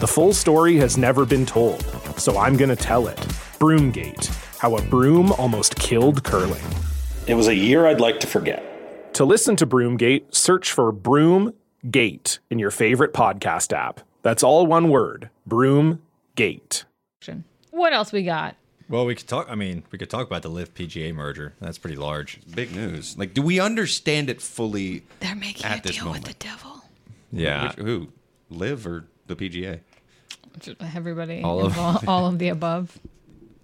The full story has never been told, so I'm going to tell it. Broomgate How a Broom Almost Killed Curling. It was a year I'd like to forget. To listen to Broomgate, search for Broomgate in your favorite podcast app. That's all one word Broomgate. What else we got? Well, we could talk. I mean, we could talk about the Lyft PGA merger. That's pretty large. Big news. Like, do we understand it fully? They're making At a this deal with the moment. devil. Yeah. Which, who? Live or the PGA? Everybody, All of- involved- all of the above.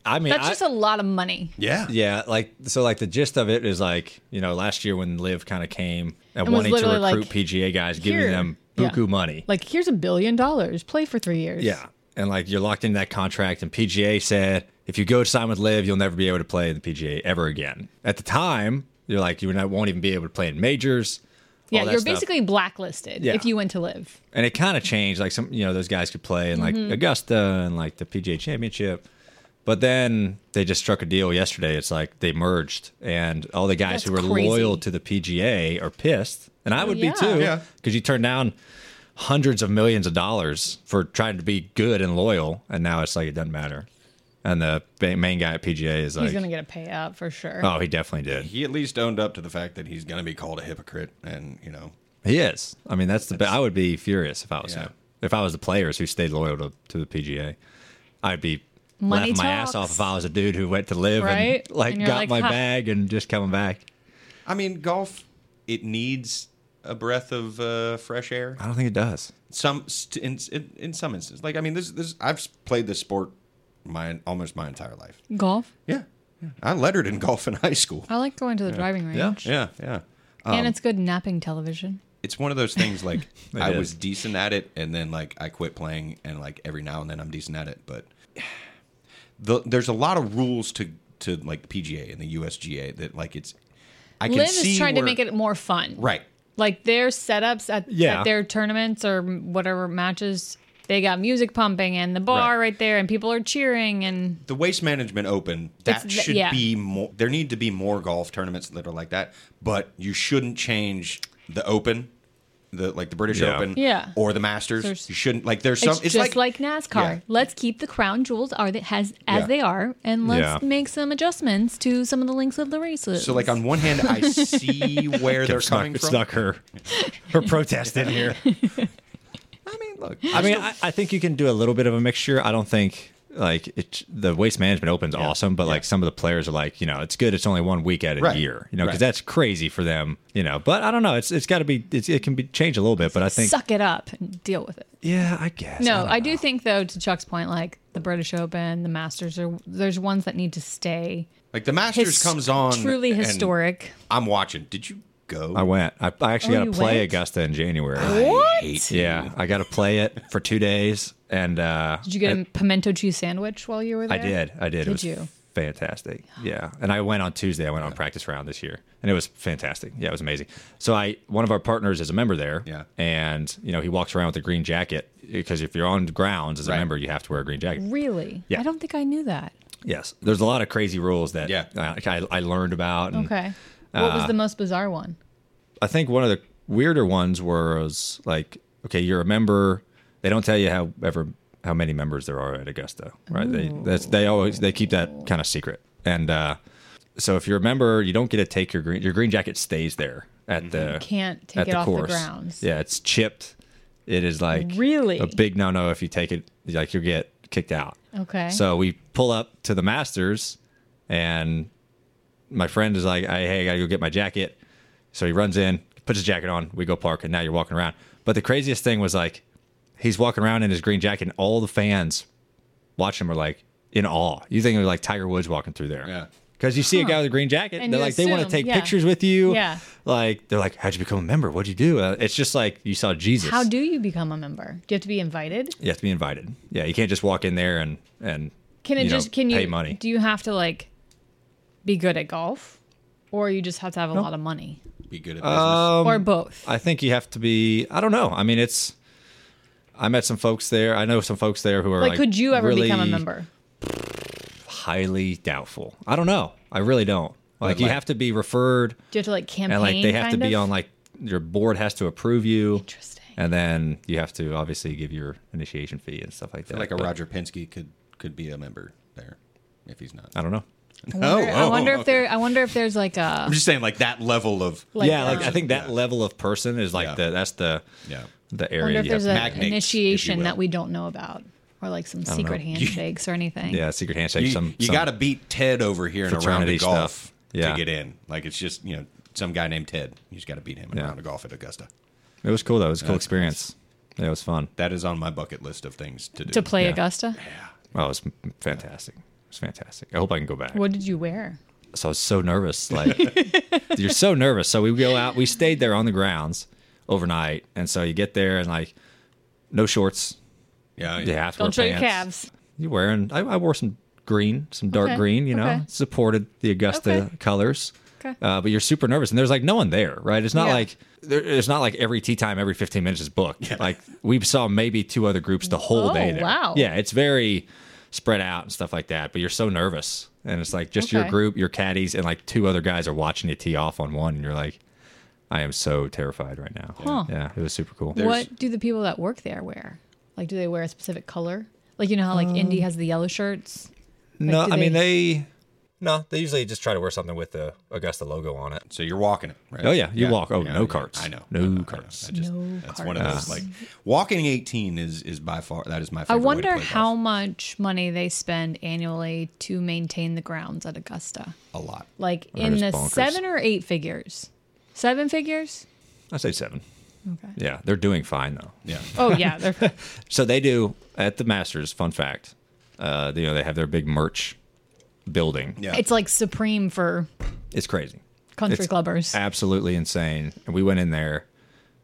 I mean, That's I- just a lot of money. Yeah. Yeah, like so, like the gist of it is like you know last year when Liv kind of came and, And was wanting to literally recruit like, PGA guys, "Here." giving them Yeah. buku money. Like, here's a billion dollars. Play for three years. yeah, and like you're locked into that contract, and PGA said if you go to sign with Liv, you'll never be able to play in the PGA ever again. At the time, you're like you not, won't even be able to play in majors. all Yeah, that you're stuff. basically blacklisted Yeah. if you went to live. and it kind of changed. Like some, you know, those guys could play in like Mm-hmm. Augusta and like the PGA Championship, but then they just struck a deal yesterday. It's like they merged, and all the guys That's who were crazy. loyal to the PGA are pissed, and I would yeah. be too, Yeah. because you turned down hundreds of millions of dollars for trying to be good and loyal, and now it's like it doesn't matter. And the ba- main guy at PGA is He's like, going to get a payout for sure. "Oh, he definitely did. He at least owned up to the fact that he's going to be called a hypocrite, and you know, He is. I mean, that's the. Be- I would be furious if I was Yeah. him. If I was the players who stayed loyal to, to the PGA, I'd be Money laughing my ass off talks. if I was a dude who went to live Right? and like And you're got like, my "Ha." bag and just coming back. I mean, golf it needs a breath of uh, fresh air. I don't think it does. some st- in, in in some instances. Like I mean, this this I've played this sport my almost my entire life. Golf. Yeah, yeah. I lettered in golf in high school. I like going to the driving range. Yeah, yeah. um, and it's good napping television. It's one of those things like It I is. was decent at it, and then like I quit playing, and like every now and then I'm decent at it. But the, there's a lot of rules to to like PGA and the USGA that like it's. I can Live see is trying to where- make it more fun. right. Like their setups at, Yeah. at their tournaments or whatever matches, they got music pumping and the bar Right. right, there, and people are cheering. And the waste management open that It's the- should yeah. be more there need to be more golf tournaments that are like that but you shouldn't change the open the like the british Yeah. open Yeah. or the masters There's- you shouldn't like there's some it's, it's, just like, NASCAR. Yeah. Let's keep the crown jewels are they, has, as Yeah. they are, and let's Yeah. make some adjustments to some of the links of the races. so like on one hand i see where they're snuck, coming from snuck her her protest in here. i mean look I mean, I, I think you can do a little bit of a mixture. I don't think like it, the waste management open's awesome, but like some of the players are like, you know, it's good. It's only one week at a Right. year, you know, because Right. that's crazy for them, you know. But I don't know. It's it's got to be. It's, it can be changed a little bit, but I think. suck it up and deal with it. Yeah, I guess. No, don't I, do know. think though, to Chuck's point, like the British Open, the Masters, are, there's ones that need to stay. like Like the Masters His- comes on, truly and historic. I'm watching. Did you go? I went. I, I actually Oh, got you to play went? Augusta in January. I hate you. Yeah, I got to play it for two days, and uh, Did you get a pimento cheese sandwich while you were I there? did. I did. Did it was you? Fantastic. Yeah. And I went on Tuesday. I went on practice round this year, and it was fantastic. Yeah, it was amazing. So I, one of our partners is a member there. Yeah. And you know he walks around with a green jacket because if you're on grounds as a Right. member, you have to wear a green jacket. Really? Yeah. I don't think I knew that. Yes. There's a lot of crazy rules that Yeah. uh, I, I learned about. and Okay. what was the most bizarre one? I think one of the weirder ones was like, okay, you're a member. They don't tell you how ever how many members there are at Augusta, right? They that's they always they keep that kind of secret. And uh, so if you're a member, you don't get to take your green your green jacket stays there at the Mm-hmm. Can't take at it the off the course. grounds. Yeah, it's chipped. It is like Really? a big no no if you take it. Like you get kicked out. Okay. So we pull up to the Masters, and my friend is like, "I- "Hey, I gotta go get my jacket." So he runs in, puts his jacket on. We go park, and now you're walking around. But the craziest thing was like, he's walking around in his green jacket, and all the fans watching him are like in awe. You think it was like Tiger Woods walking through there? Yeah. Because you see a guy with a green jacket, And they're you like, they want to assume, take yeah. pictures with you. Yeah. Like, they're like, how'd you become a member? What'd you do? Uh, it's just like you saw Jesus. How do you become a member? Do you have to be invited? you have to be invited? Yeah, you can't just walk in there and and Can it you know, just can you pay money? Do you have to like be good at golf, or you just have to have a lot of money, Be good at business. Uh, or both? Um, I think you have to be. I don't know. I mean, it's. I met some folks there. I know some folks there who are like, like. could you ever really become a member? Highly doubtful. I don't know. I really don't. Like, you like- have to be referred, Do you have to like campaign? and like they have to kind be of? on like your board has to approve you. Interesting. And then you have to obviously give your initiation fee and stuff like that. like a but Roger Penske could could be a member there if he's not. I don't know. I wonder, I oh, wonder okay. if there. I wonder if there's like a I'm just saying, like that level of like yeah, like um, I think that Yeah. level of person is like Yeah. the that's the yeah. the I wonder area. if You have there's to- an magnates, if you initiation will. that we don't know about, or like some secret handshakes or anything. yeah, secret handshake. You, some you some- got to beat Ted over here in a round fraternity of golf stuff. Yeah. to get in. Like it's just you know some guy named Ted. You just got to beat him in a Yeah. round of golf at Augusta. It was cool though. It was a cool experience. Yeah, it was fun. That is on my bucket list of things to do. To play Augusta, Oh, it was fantastic. It was fantastic. I hope I can go back. what did you wear? So I was so nervous. Like you're so nervous. So we go out. We stayed there on the grounds overnight, and so you get there and like no shorts. Yeah, You have to Don't show wear your pants. calves. You wearing? I, I wore some green, some dark Okay, green. You know, okay. supported the Augusta Okay. colors. Okay. Uh, but you're super nervous, and there's like no one there, right? It's not Yeah. like there, it's not like every tea time, every 15 minutes is booked. Like we saw maybe two other groups the whole Oh, day. There. wow. Yeah, it's very spread out and stuff like that. But you're so nervous, and it's like just your Okay. group, your caddies, and like two other guys are watching you tee off on one, and you're like, I am so terrified right now. Huh. Yeah, it was super cool. What do the people that work there wear? Like, do they wear a specific color? Like, you know how like Um, Indy has the yellow shirts. no, do I mean they. No, they usually just try to wear something with the Augusta logo on it. So you're walking it, right? Oh yeah, you walk. Oh Yeah, no yeah. carts. I know. I know, I no know. carts. I just- No that's one of carts. those like walking 18 is is by far that is my I favorite. way wonder to play how golf. much money they spend annually to maintain the grounds at Augusta. a lot. Like Oh, That in is the bonkers. seven or eight figures. Seven figures? I say seven. Okay. Yeah, they're doing fine though. Yeah, Oh yeah, they're So they do at the Masters. Fun fact, uh, you know they have their big merch building. yeah. it's like supreme for It's crazy. country It's clubbers. Absolutely insane. And we went in there,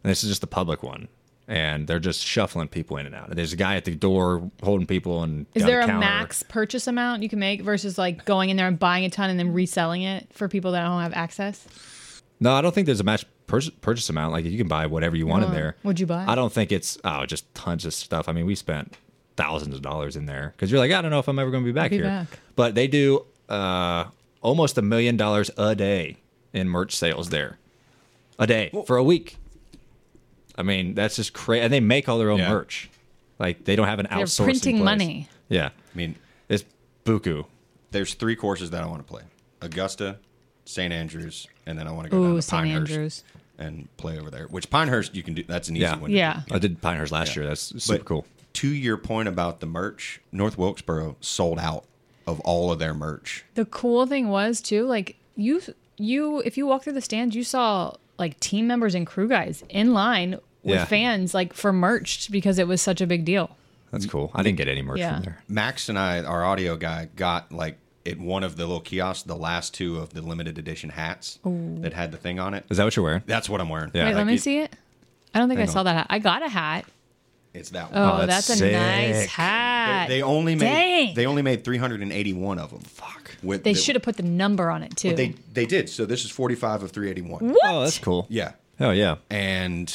and this is just the public one, and they're just shuffling people in and out. And there's a guy at the door holding people and Is down the there a counter. max purchase amount you can make versus like going in there and buying a ton and then reselling it for people that don't have access? No, I don't think there's a match purchase, purchase amount. Like you can buy whatever you want in Well, there. what'd you buy? I don't think it's oh just tons of stuff. I mean, we spent thousands of dollars in there because you're like I don't know if I'm ever going to be back be here. back. But they do uh, almost a million dollars a day in merch sales there, a day for a week. I mean, that's just crazy. And they make all their own Yeah. merch. Like they don't have an They're outsourcing. printing place. money. Yeah, I mean, it's buku. there's three courses that I want to play: Augusta, St. Andrews, and then I want to go down Ooh, to St. Pinehurst Andrews. and play over there. Which Pinehurst you can do. That's an easy Yeah. one. to Yeah. do. I did Pinehurst last year. That's super But cool. To your point about the merch, North Wilkesboro sold out of all of their merch. The cool thing was too, like you you if you walked through the stands, you saw like team members and crew guys in line with Yeah. fans like for merch because it was such a big deal. That's cool. I didn't get any merch Yeah. from there. Max and I, our audio guy, got like at one of the little kiosks the last two of the limited edition hats that had the thing on it. Is that what you're wearing? That's what I'm wearing. Yeah. Wait, like let me it- see it. I don't think I Hang saw on. that. Hat. I got a hat. It's that one. Oh, that's that's, a nice sick. hat. They only made Dang. they only made 381 of them. Fuck. With They the- should have put the number on it too. They they did. So this is 45 of 381. what? Oh, that's cool. Yeah. Oh yeah. And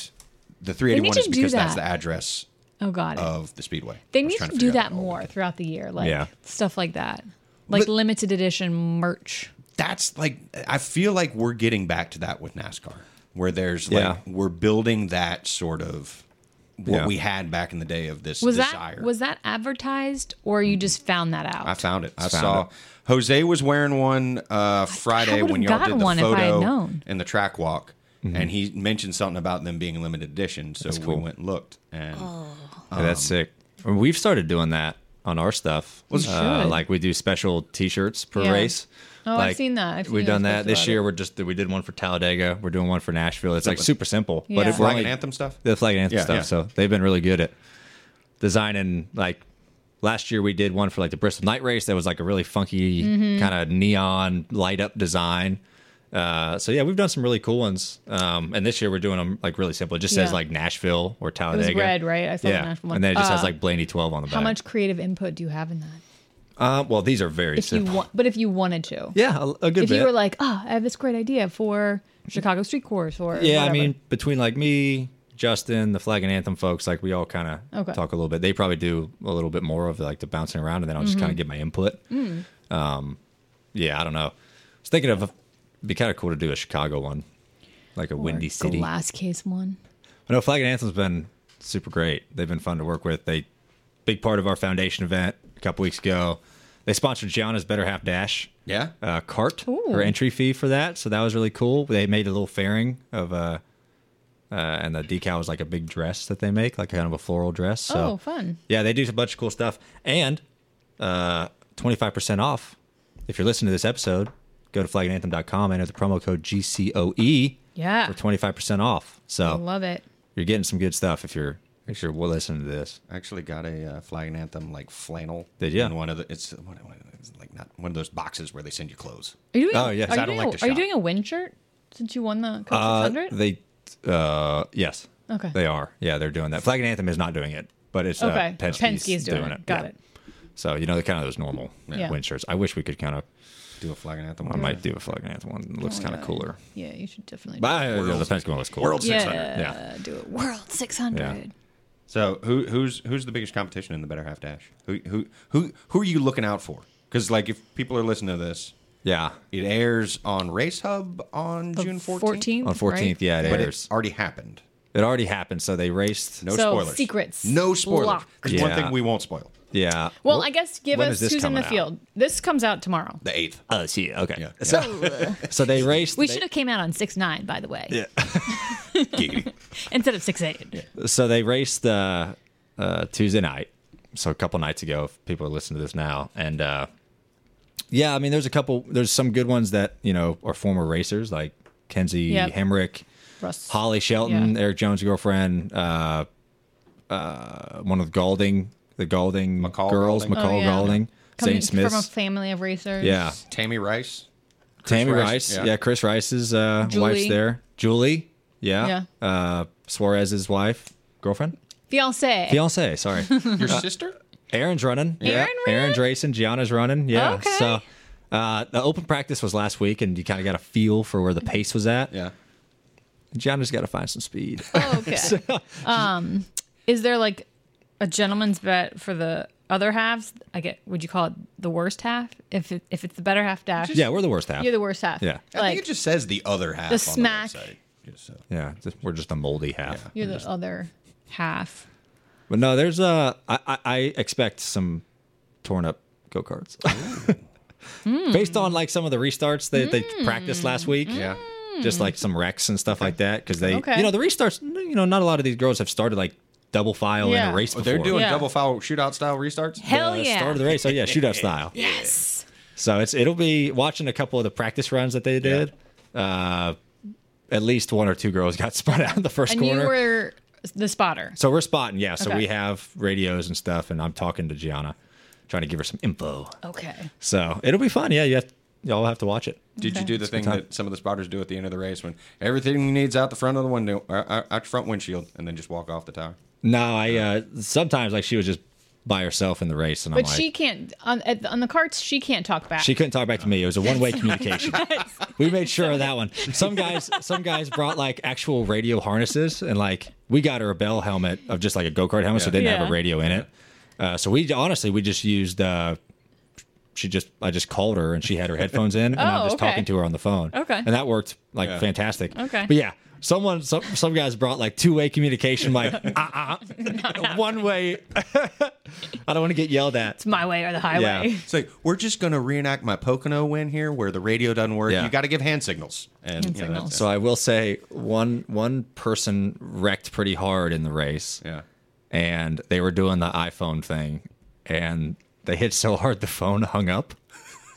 the need 381 to is do because that's that. the address oh, got it. of the speedway. they I was need trying to do figure that out how more old. throughout the year, like Yeah. stuff like that, like But- limited edition merch. That's like I feel like we're getting back to that with NASCAR where there's Yeah. like we're building that sort of what Yeah. we had back in the day of this Was desire. that was that advertised, or you just found that out? I found it. I Found saw it. Jose was wearing one uh, Friday would've when y'all gotten did the one if I had photo known. and the track walk, and he mentioned something about them being limited edition. So Mm-hmm. cool. we went and looked, and Oh. Yeah, that's Um, sick. I mean, we've started doing that on our stuff. Uh, should. like we do special T-shirts per Yeah. race. Oh, I've like, seen that. I've seen we've you done guys that post this about year. it. We're just we did one for Talladega. We're doing one for Nashville. It's like super simple, but Yeah. it flag really and anthem stuff. the flag and anthem Yeah, stuff. yeah. So they've been really good at designing. Like last year, we did one for like the Bristol Night Race that was like a really funky Mm-hmm. kind of neon light up design. Uh, so yeah, we've done some really cool ones. Um, and this year we're doing them like really simple. It just says Yeah. like Nashville or Talladega. red, right? I saw the Nashville one. And then it just has Uh, like Blaney twelve on the back. How much creative input do you have in that? Uh, well, these are very If you simple. want, but if you wanted to, yeah, a, a good if bit. you were like, oh, I have this great idea for Chicago Street Course, or yeah, I whatever." mean, between like me, Justin, the flag and anthem folks, like we all kind of Okay. talk a little bit. They probably do a little bit more of like the bouncing around, and then I'll Mm-hmm. just kind of give my input. Um, Mm. yeah, I don't know. I was thinking of it'd be kind of cool to do a Chicago one, like a Or windy city. I glass case one. know flag and anthem's been super great. They've been fun to work with. They big part of our foundation event a couple weeks ago. They sponsored Gianna's Better Half Dash. yeah, uh, cart Ooh. or entry fee for that. So that was really cool. They made a little fairing of a, uh, and the decal was like a big dress that they make, like kind of a floral dress. So oh, fun. yeah, they do a bunch of cool stuff. And twenty five percent off. If you're listening to this episode, go to flagandanthem.com and enter the promo code GCOE Yeah. E for twenty five percent off. I So love it. you're getting some good stuff if you're if you're listening to this. I actually got a uh, flag and anthem like flannel. Did ya? In one of the it's what, what, it's like not one of those boxes where they send you clothes. Are you doing, Oh, yes. are you I don't doing like a, to Are you shop. doing a win shirt since you won the Coach Uh, 600? they, uh, yes. Okay. They are. Yeah, they're doing that. Flag and Anthem is not doing it, but it's okay. uh, Penske's, Penske's doing, it. Got Yeah. it. So you know, they're kind of those normal Yeah. wind shirts. I wish we could kind of. Do a flag and anthem. I might do a Flag and Anthem one. It Oh looks kind of cooler. Yeah, you should definitely. But I, yeah, the Penske one looks cool. World do it. 600. yeah, Yeah. do it. World 600. So who who's who's the biggest competition in the better half dash? Who who who who are you looking out for? Because like if people are listening to this, Yeah. it airs on Race Hub on The June 14th. 14th, On 14th, right? yeah, it But airs. it's already happened. It, already happened, so they raced. No So, spoilers. secrets. No spoilers. Locked. There's one Yeah. thing we won't spoil. Yeah. Well, I guess give when us is this who's in the coming out? field. This comes out tomorrow. The eighth. Oh, see. Okay. Yeah. So, so they raced. We they- should have came out on six nine, by the way, Giggity. instead of six eight. so they raced uh, uh, Tuesday night, so a couple nights ago. If people are listening to this now, and uh, yeah, I mean, there's a couple, there's some good ones that you know are former racers like Kenzie Yep. Hemrick, Russ. Holly Shelton, Yeah. Eric Jones' girlfriend, uh, uh, one of Golding, the Golding McCall girls, Golding. McCall Oh, yeah. Golding, Coming Zane Smith, from a family of racers. yeah, Tammy Rice. Tammy Rice, Rice, yeah. yeah. Chris Rice's uh, wife's Julie. there, Julie, Yeah. yeah, Uh, Suarez's wife, girlfriend, fiance. fiance, sorry. Your Uh-huh. sister? Aaron's running. Aaron ran? Aaron's racing. Gianna's running. Yeah. Okay. So uh, the open practice was last week, and you kind of got a feel for where the pace was at. Yeah. Gianna's got to find some speed. Okay. um, is there like a gentleman's bet for the other halves? I get. Would you call it the worst half? If it, if it's the better half dash, yeah, we're the worst half. you're the worst half. Yeah. I think Like it just says the other half. the on smack. website, just so. yeah, just, we're just a moldy half. you're the other half. But no, there's uh, I, I, I expect some torn up go karts. Based on like some of the restarts that they Mm. practiced last week. Yeah. Just like some wrecks and stuff like that. Cause they, Okay. you know, the restarts, you know, not a lot of these girls have started like double file in Yeah. a race Oh, before. they're doing Yeah. double foul shootout style restarts? Hell uh, yeah! start of the race. Oh yeah, shootout style. yes. So it's it'll be watching a couple of the practice runs that they did. Uh, at least one or two girls got spun out in the first And corner. you were the spotter. so we're spotting, yeah. So Okay. we have radios and stuff, and I'm talking to Gianna, trying to give her some info. Okay. So it'll be fun. Yeah, you have, y'all have to watch it. Did you do the thing that some of the spotters do at the end of the race when everything you needs out the front of the window, or out out front windshield, and then just walk off the tower? No, I uh, sometimes like she was just by herself in the race, and I'm But like, she can't on at, on the carts. She can't talk back. She couldn't talk back to me. It was a one-way communication. We made sure of that one. Some guys, some guys brought like actual radio harnesses, and like we got her a bell helmet of just like a go-kart helmet, so it didn't have Yeah. a radio in it. Uh, so we honestly we just used. Uh, she just I just called her and she had her headphones in, and I'm Oh, just okay. talking to her on the phone. Okay. and that worked like fantastic. Okay. but yeah. Someone, some, some guys brought like two way communication, like uh uh, one way. I don't want to get yelled at. It's my way or the highway. Yeah. It's like we're just going to reenact my Pocono win here, where the radio doesn't work. Yeah. You got to give hand signals. And Hand you know, that's- So I will say one one person wrecked pretty hard in the race. yeah, And they were doing the iPhone thing and they hit so hard the phone hung up.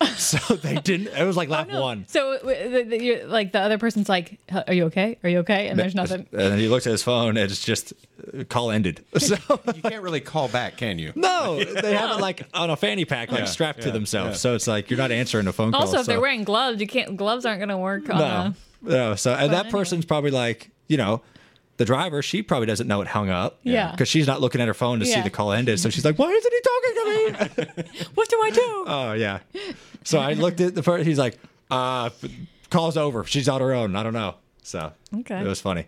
so they didn't it was like Oh, lap 1. So w- the, the, you're, like the other person's like, "Huh, "Are you okay? Are you okay?" And there's nothing. And then he looked at his phone and it's just uh, call ended. So you can't really call back, can you? no, they have it like on a fanny pack like Yeah, strapped to yeah, themselves. So it's like you're not answering a phone call. Also, if so- they're wearing gloves, you can't. Gloves aren't going to work. On No, a, no. So and that anyway. person's probably like, you know, the driver. She probably doesn't know it hung up. Yeah. Because she's not looking at her phone to see Yeah. the call ended. So she's like, why isn't he talking to me? what do I do? oh yeah. So I looked at the first. He's like, uh, call's over. She's on her own. I don't know. So Okay. it was funny.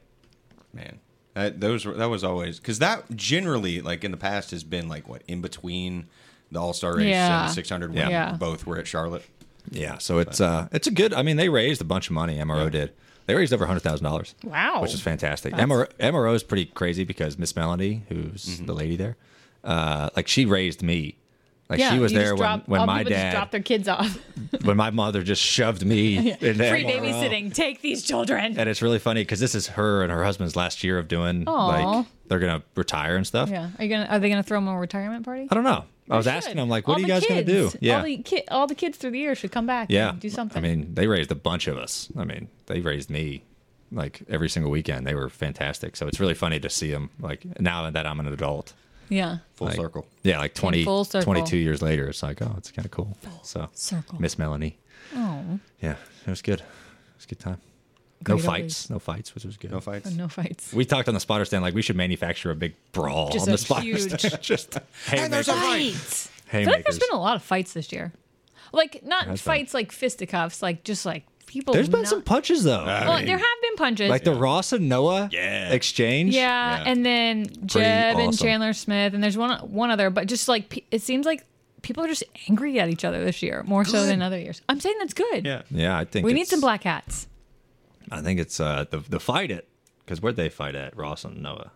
man that, those were- that was always because that generally like in the past has been like what in between the all-star race Yeah. and the 600 Yeah. when Yeah. both were at charlotte Yeah. So it's uh, it's a good. I mean, they raised a bunch of money. MRO did. They raised over hundred thousand dollars. Wow. Which is fantastic. MRO, MRO is pretty crazy because Miss Melody, who's the lady there, uh, like she raised me. Like she was you just there when, drop- when all my people dad just drop their kids off. when my mother just shoved me in the Free MRO. babysitting. Take these children. And it's really funny because this is her and her husband's last year of doing Aw. like they're gonna retire and stuff. yeah. Are you gonna? Are they going to throw them a retirement party? I don't know. I was They asking should. them like, what All are you the guys gonna kids. do? Yeah, All the, ki- all the kids through the year should come back. yeah. And do something. I mean, they raised a bunch of us. I mean, they raised me like every single weekend. They were fantastic. So it's really funny to see them like now that I'm an adult. yeah. full Like, circle Yeah, like 20, full circle. 22 years later, it's like, oh, it's kind of cool. so circle. Miss Melanie. Oh, Yeah, it was good. It was a good time. No Great fights. No fights, which was good. no fights no fights. We talked on the spotter stand like we should manufacture a big brawl Just on the a spotter huge- stand. Just haymakers. Fights. I feel like haymakers. there's been a lot of fights this year. Like not has been. fights like fisticuffs, like just like people. There's been not- some punches though. Well, there have been punches. like the Ross and Noah Yeah. exchange. yeah, yeah. and then Jeb and awesome. Chandler Smith, and there's one one other, but just like pe- it seems like people are just angry at each other this year more so than other years. I'm saying that's good. yeah Yeah, I think We need it's- some black hats. I think it's uh the the fight it because where'd they fight at Ross and Noah?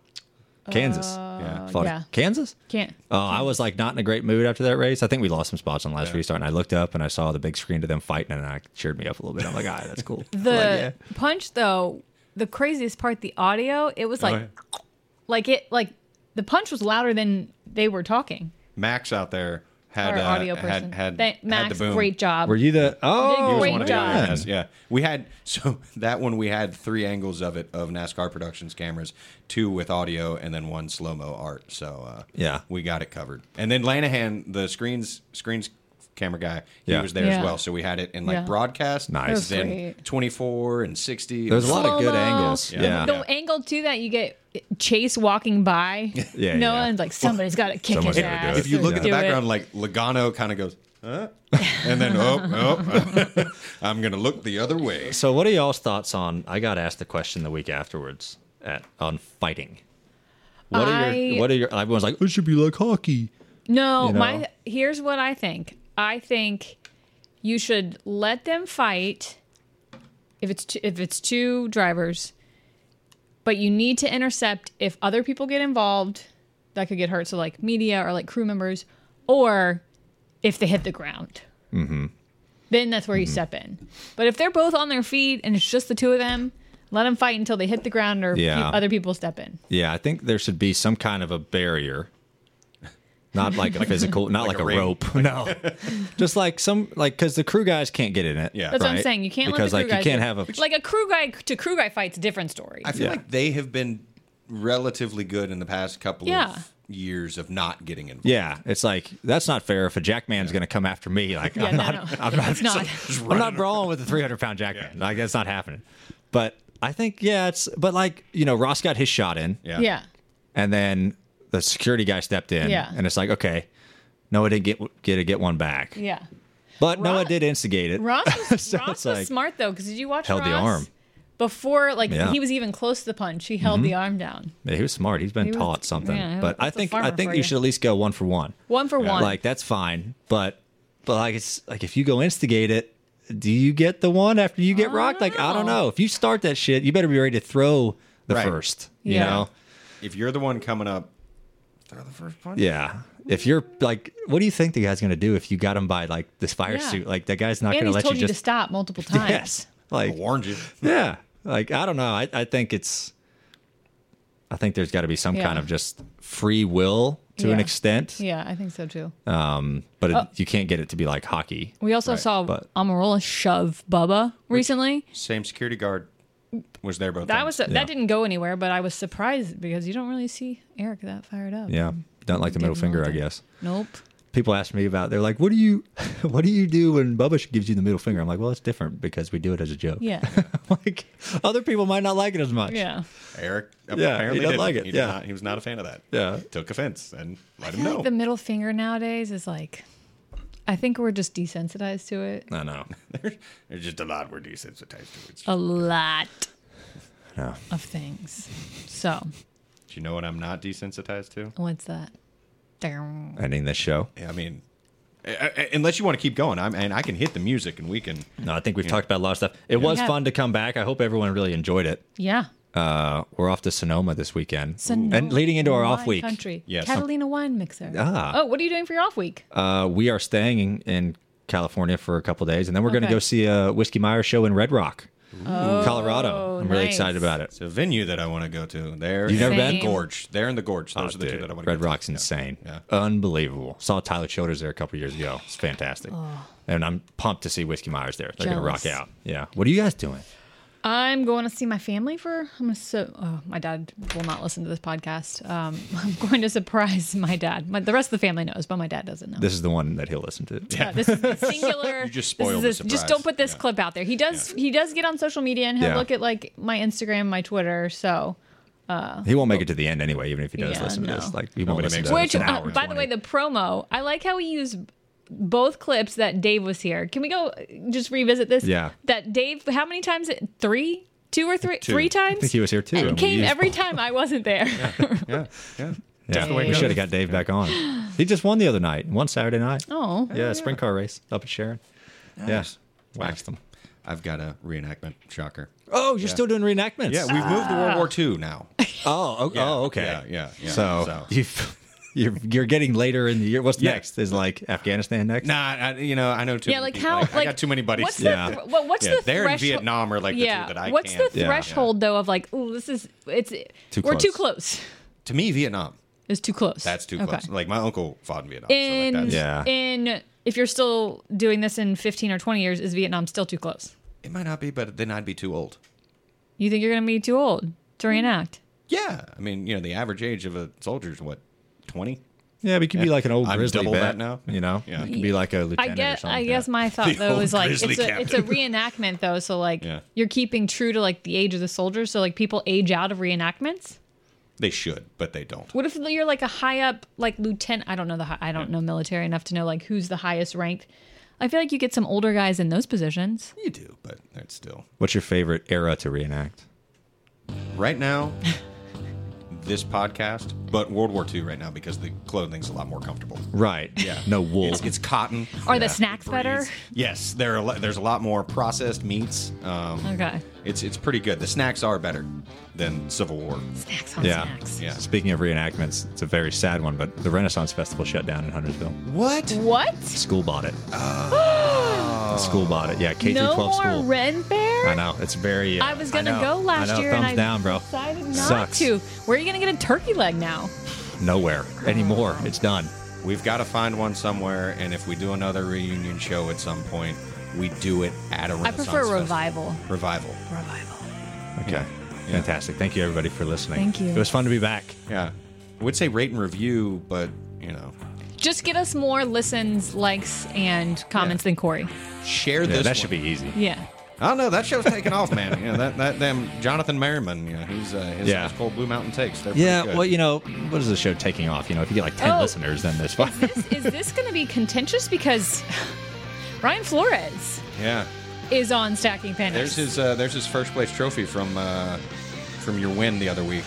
Kansas. yeah Fought at Uh, yeah. Kansas. Can't. Oh, I was like not in a great mood after that race. I think we lost some spots on last restart, and I looked up and I saw the big screen to them fighting, and I cheered me up a little bit. I'm like, ah, that's cool. The Like, yeah. punch though, the craziest part, the audio, it was like Oh, like it like the punch was louder than they were talking. max out there had Our uh, audio person. had had, Thank- had Max, the boom. great job. Were you the oh Great one of the job. other guys, yeah we had so that one we had three angles of it of nascar productions cameras two with audio and then one slow-mo art so uh Yeah. we got it covered and then lanahan the screens screens camera guy he Yeah. was there Yeah. as well so we had it in like Yeah. broadcast Nice. That was then great. 24 and 60 There's a lot of good Slow-mo. angles. Yeah. The angle too that you get Chase walking by, Yeah, no yeah. one's like somebody's got to kick Someone's his gotta do ass. it. if you look at the Do it. background like Logano kind of goes huh? and then oh, oh i'm gonna look the other way So, what are y'all's thoughts on? I got asked the question the week afterwards at on fighting. What are I- your? What are your? Everyone's like, it should be like hockey. no, you know? my here's what I think. I think you should let them fight if it's two, if it's two drivers, but you need to intercept if other people get involved that could get hurt. So like media or like crew members, or if they hit the ground. Mm-hmm. Then that's where Mm-hmm. you step in. But if they're both on their feet and it's just the two of them, let them fight until they hit the ground or pe- Yeah. other people step in. Yeah, I think there should be some kind of a barrier. Not like a physical, not like, a a, ring. rope. no, just like some, like because the crew guys can't get in it. Yeah. That's what I'm right? saying. You can't because let the crew like guys you can't do- have a like a crew guy to crew guy fight's a different story. I feel Yeah. like they have been relatively good in the past couple Yeah. of years of not getting involved. Yeah, it's like that's not fair. If a jackman's going to come after me, like Yeah, I'm, no, not, no. I'm not, It's not. just- I'm not brawling with a 300 pound jackman. Like that's not happening. But I think yeah, it's but like you know Ross got his shot in, Yeah. Yeah. and then the security guy stepped in, Yeah. and it's like okay, Noah didn't get get to get one back, Yeah. but Noah Ross- did instigate it. Ross was, So Ross it's was like- smart though, because did you watch Held the Ross? arm. Before, like Yeah. Mm-hmm. he was even close to the punch, he held the arm down. Yeah, he was smart. He's been He was- taught something. yeah, he but was I a think farmer I think for you you. should at least go one for one. One for one. Like that's fine, but but like it's like if you go instigate it, do you get the one after you get rocked? Like I don't know. know. If you start that shit, you better be ready to throw the Right. first. You Yeah. know? If you're the one coming up, throw the first punch. Yeah. If you're like, what do you think the guy's gonna do if you got him by like this fire Yeah. suit? Like that guy's not and gonna he's let told you you, just to stop multiple times. Yes. Like I warned you. yeah like i don't know i, I think it's i think there's got to be some Yeah. kind of just free will to an Yeah. extent Yeah, Oh. I think so too. Uh, but it, you can't get it to be like hockey we also saw but- Amarola shove Bubba recently. Same security guard was there both. That times. was that didn't go anywhere, but I was surprised because you don't really see Eric that fired up. yeah don't like the middle Didn't finger want i that. guess Nope. people ask me about they're like what do you what do you do when bubba gives you the middle finger i'm like well it's different because we do it as a joke Yeah. like other people might not like it as much yeah. Eric. he Apparently, doesn't didn't. like it, He, did yeah. not- he was not a fan of that. Yeah. took offense and let I him feel Oh. know. like the middle finger nowadays is like I think we're just desensitized to it i know There's just a lot we're desensitized to. It's- a lot Yeah. of things. So Do you know what I'm not desensitized to? what's that? Darn. ending this show I mean, I- I- unless you want to keep going, I'm and I can hit the music and we can. no i think we've talked about a lot of stuff it was Yeah. fun to come back i hope everyone really enjoyed it Yeah. uh, we're off to Sonoma this weekend, Sonoma and leading into our off wine week, Country. Yes. Catalina wine mixer. Ah. Oh, what are you doing for your off week? uh, we are staying in, in California for a couple days, and then we're going to Okay. Oh, go see a Whiskey Meyer show in Red Rock, Colorado. I'm really nice. excited about it. It's a venue that I want to go to. There, You've never in been? Ah, the gorge. There in the gorge. Those are the two Dude, that I want to. Red go to. Rock's insane, Yeah. unbelievable. Saw Tyler Childers there a couple years ago. It's fantastic, and I'm pumped to see Whiskey Myers there. They're going to rock Oh. Jealous. out. Yeah. What are you guys doing? I'm going to see my family for. I'm gonna so. Oh, my dad will not listen to this podcast. Um, I'm going to surprise my dad. My, the rest of the family knows, but my dad doesn't know. This is the one that he'll listen to. Yeah, Uh, this is singular. you just spoiled this is the Just surprise. don't put this Yeah. clip out there. He does. He does get on social media and he'll Yeah. look at like my Instagram, my Twitter. So, He won't make it to the end anyway, even if he does Yeah, listen no. to this. Like he won't Nobody listen makes to it. it. which, an hour uh, and by the way, 20. the promo. I like how we use both clips that Dave was here. Can we go uh, just revisit this? Yeah. That Dave. How many times? Three, two or three? Three times. I think he was here too. And and we came used- every time I wasn't there. Yeah, yeah. Yeah, we should have got Dave back on. He just won the other night, one Saturday night. Oh. yeah, sprint car race up at Sharon. Yes, yeah. waxed them. I've got a reenactment shocker. Oh, you're still doing reenactments? Yeah, we've moved to World War II now. Oh, okay. oh, okay. Yeah, yeah. yeah. So, You've, you're you're getting later in the year. What's Yeah. next? Is like Afghanistan next? Nah, I, you know, I know too. Yeah, many like people. how? Like, I got too many buddies. What's the, Yeah. thr- what- what's Yeah, the they're in threshold? Vietnam are, like, the two that I What's can't- the Yeah. threshold though of like, ooh, this is it's Too we're too close. close. to me, Vietnam. It's too close. That's too Okay. close. Like my uncle fought in Vietnam. In so like that's, Yeah. in if you're still doing this in 15 or 20 years, is Vietnam still too close? It might not be, but then I'd be too old. You think you're gonna be too old to reenact? Yeah, I mean, you know, the average age of a soldier is what twenty. Yeah, but you could be like an old I'm grizzly double vet that now. You know, Yeah. you could be like a I lieutenant. guess. Or something I like guess that. my thought The though old is like it's grizzly a, it's a captain. reenactment though, so like Yeah. you're keeping true to like the age of the soldiers. So like people age out of reenactments. They should, but they don't. What if you're like a high up, like lieutenant? I don't know the. hi- I don't know military enough to know like who's the highest ranked. I feel like you get some older guys in those positions. You do, but that's still What's your favorite era to reenact? right now. this podcast, but World War II right now because the clothing's a lot more comfortable. Right. Yeah. No wool. It's, it's cotton. Are the snacks better? Yes, there are, a lot- there's a lot more processed meats. Um, Okay, It's it's pretty good. The snacks are better than Civil War. snacks on yeah. snacks. Yeah. Speaking of reenactments, it's a very sad one, but the Renaissance Festival shut down in Huntersville. What? What? School bought it. The school bought it. Yeah, K through no 12 more school. Ren Fair. I know it's very. Uh, I was gonna know. go last I know. year Thumbs and I down, bro. decided not Sucks. to. Where are you gonna get a turkey leg now? Nowhere anymore. It's done. We've got to find one somewhere, and if we do another reunion show at some point, we do it at a I Renaissance prefer festival. revival. Revival. Revival. Okay, fantastic. Thank you everybody for listening. Thank you. It was fun to be back. Yeah. I would say rate and review, but you know, Just get us more listens, likes, and comments than Corey. share Yeah, this. that one. should be easy. Yeah. I don't know. That show's taking off, man. You know, that that damn Jonathan Merriman. You know, he's uh, his, Yeah. his cold blue mountain takes. They're Yeah, pretty good. well, you know, what is the show taking off? You know, if you get like 10 Oh. listeners, then that's fine. Is, is this going to be contentious? Because Ryan Flores yeah. is on Stacking Pandas. There's his uh, there's his first place trophy from uh, from your win the other week.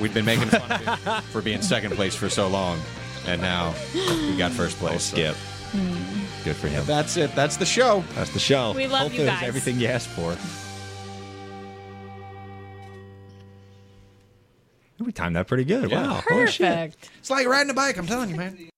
We've been making fun of him for being second place for so long, and now we got first place. so. Skip. Good for him. That's it. That's the show. That's the show. Hmm. We love Hope you it was guys. everything you asked for. We timed that pretty good. Yeah. Wow. Holy shit. Perfect. It's like riding a bike. I'm telling you, man.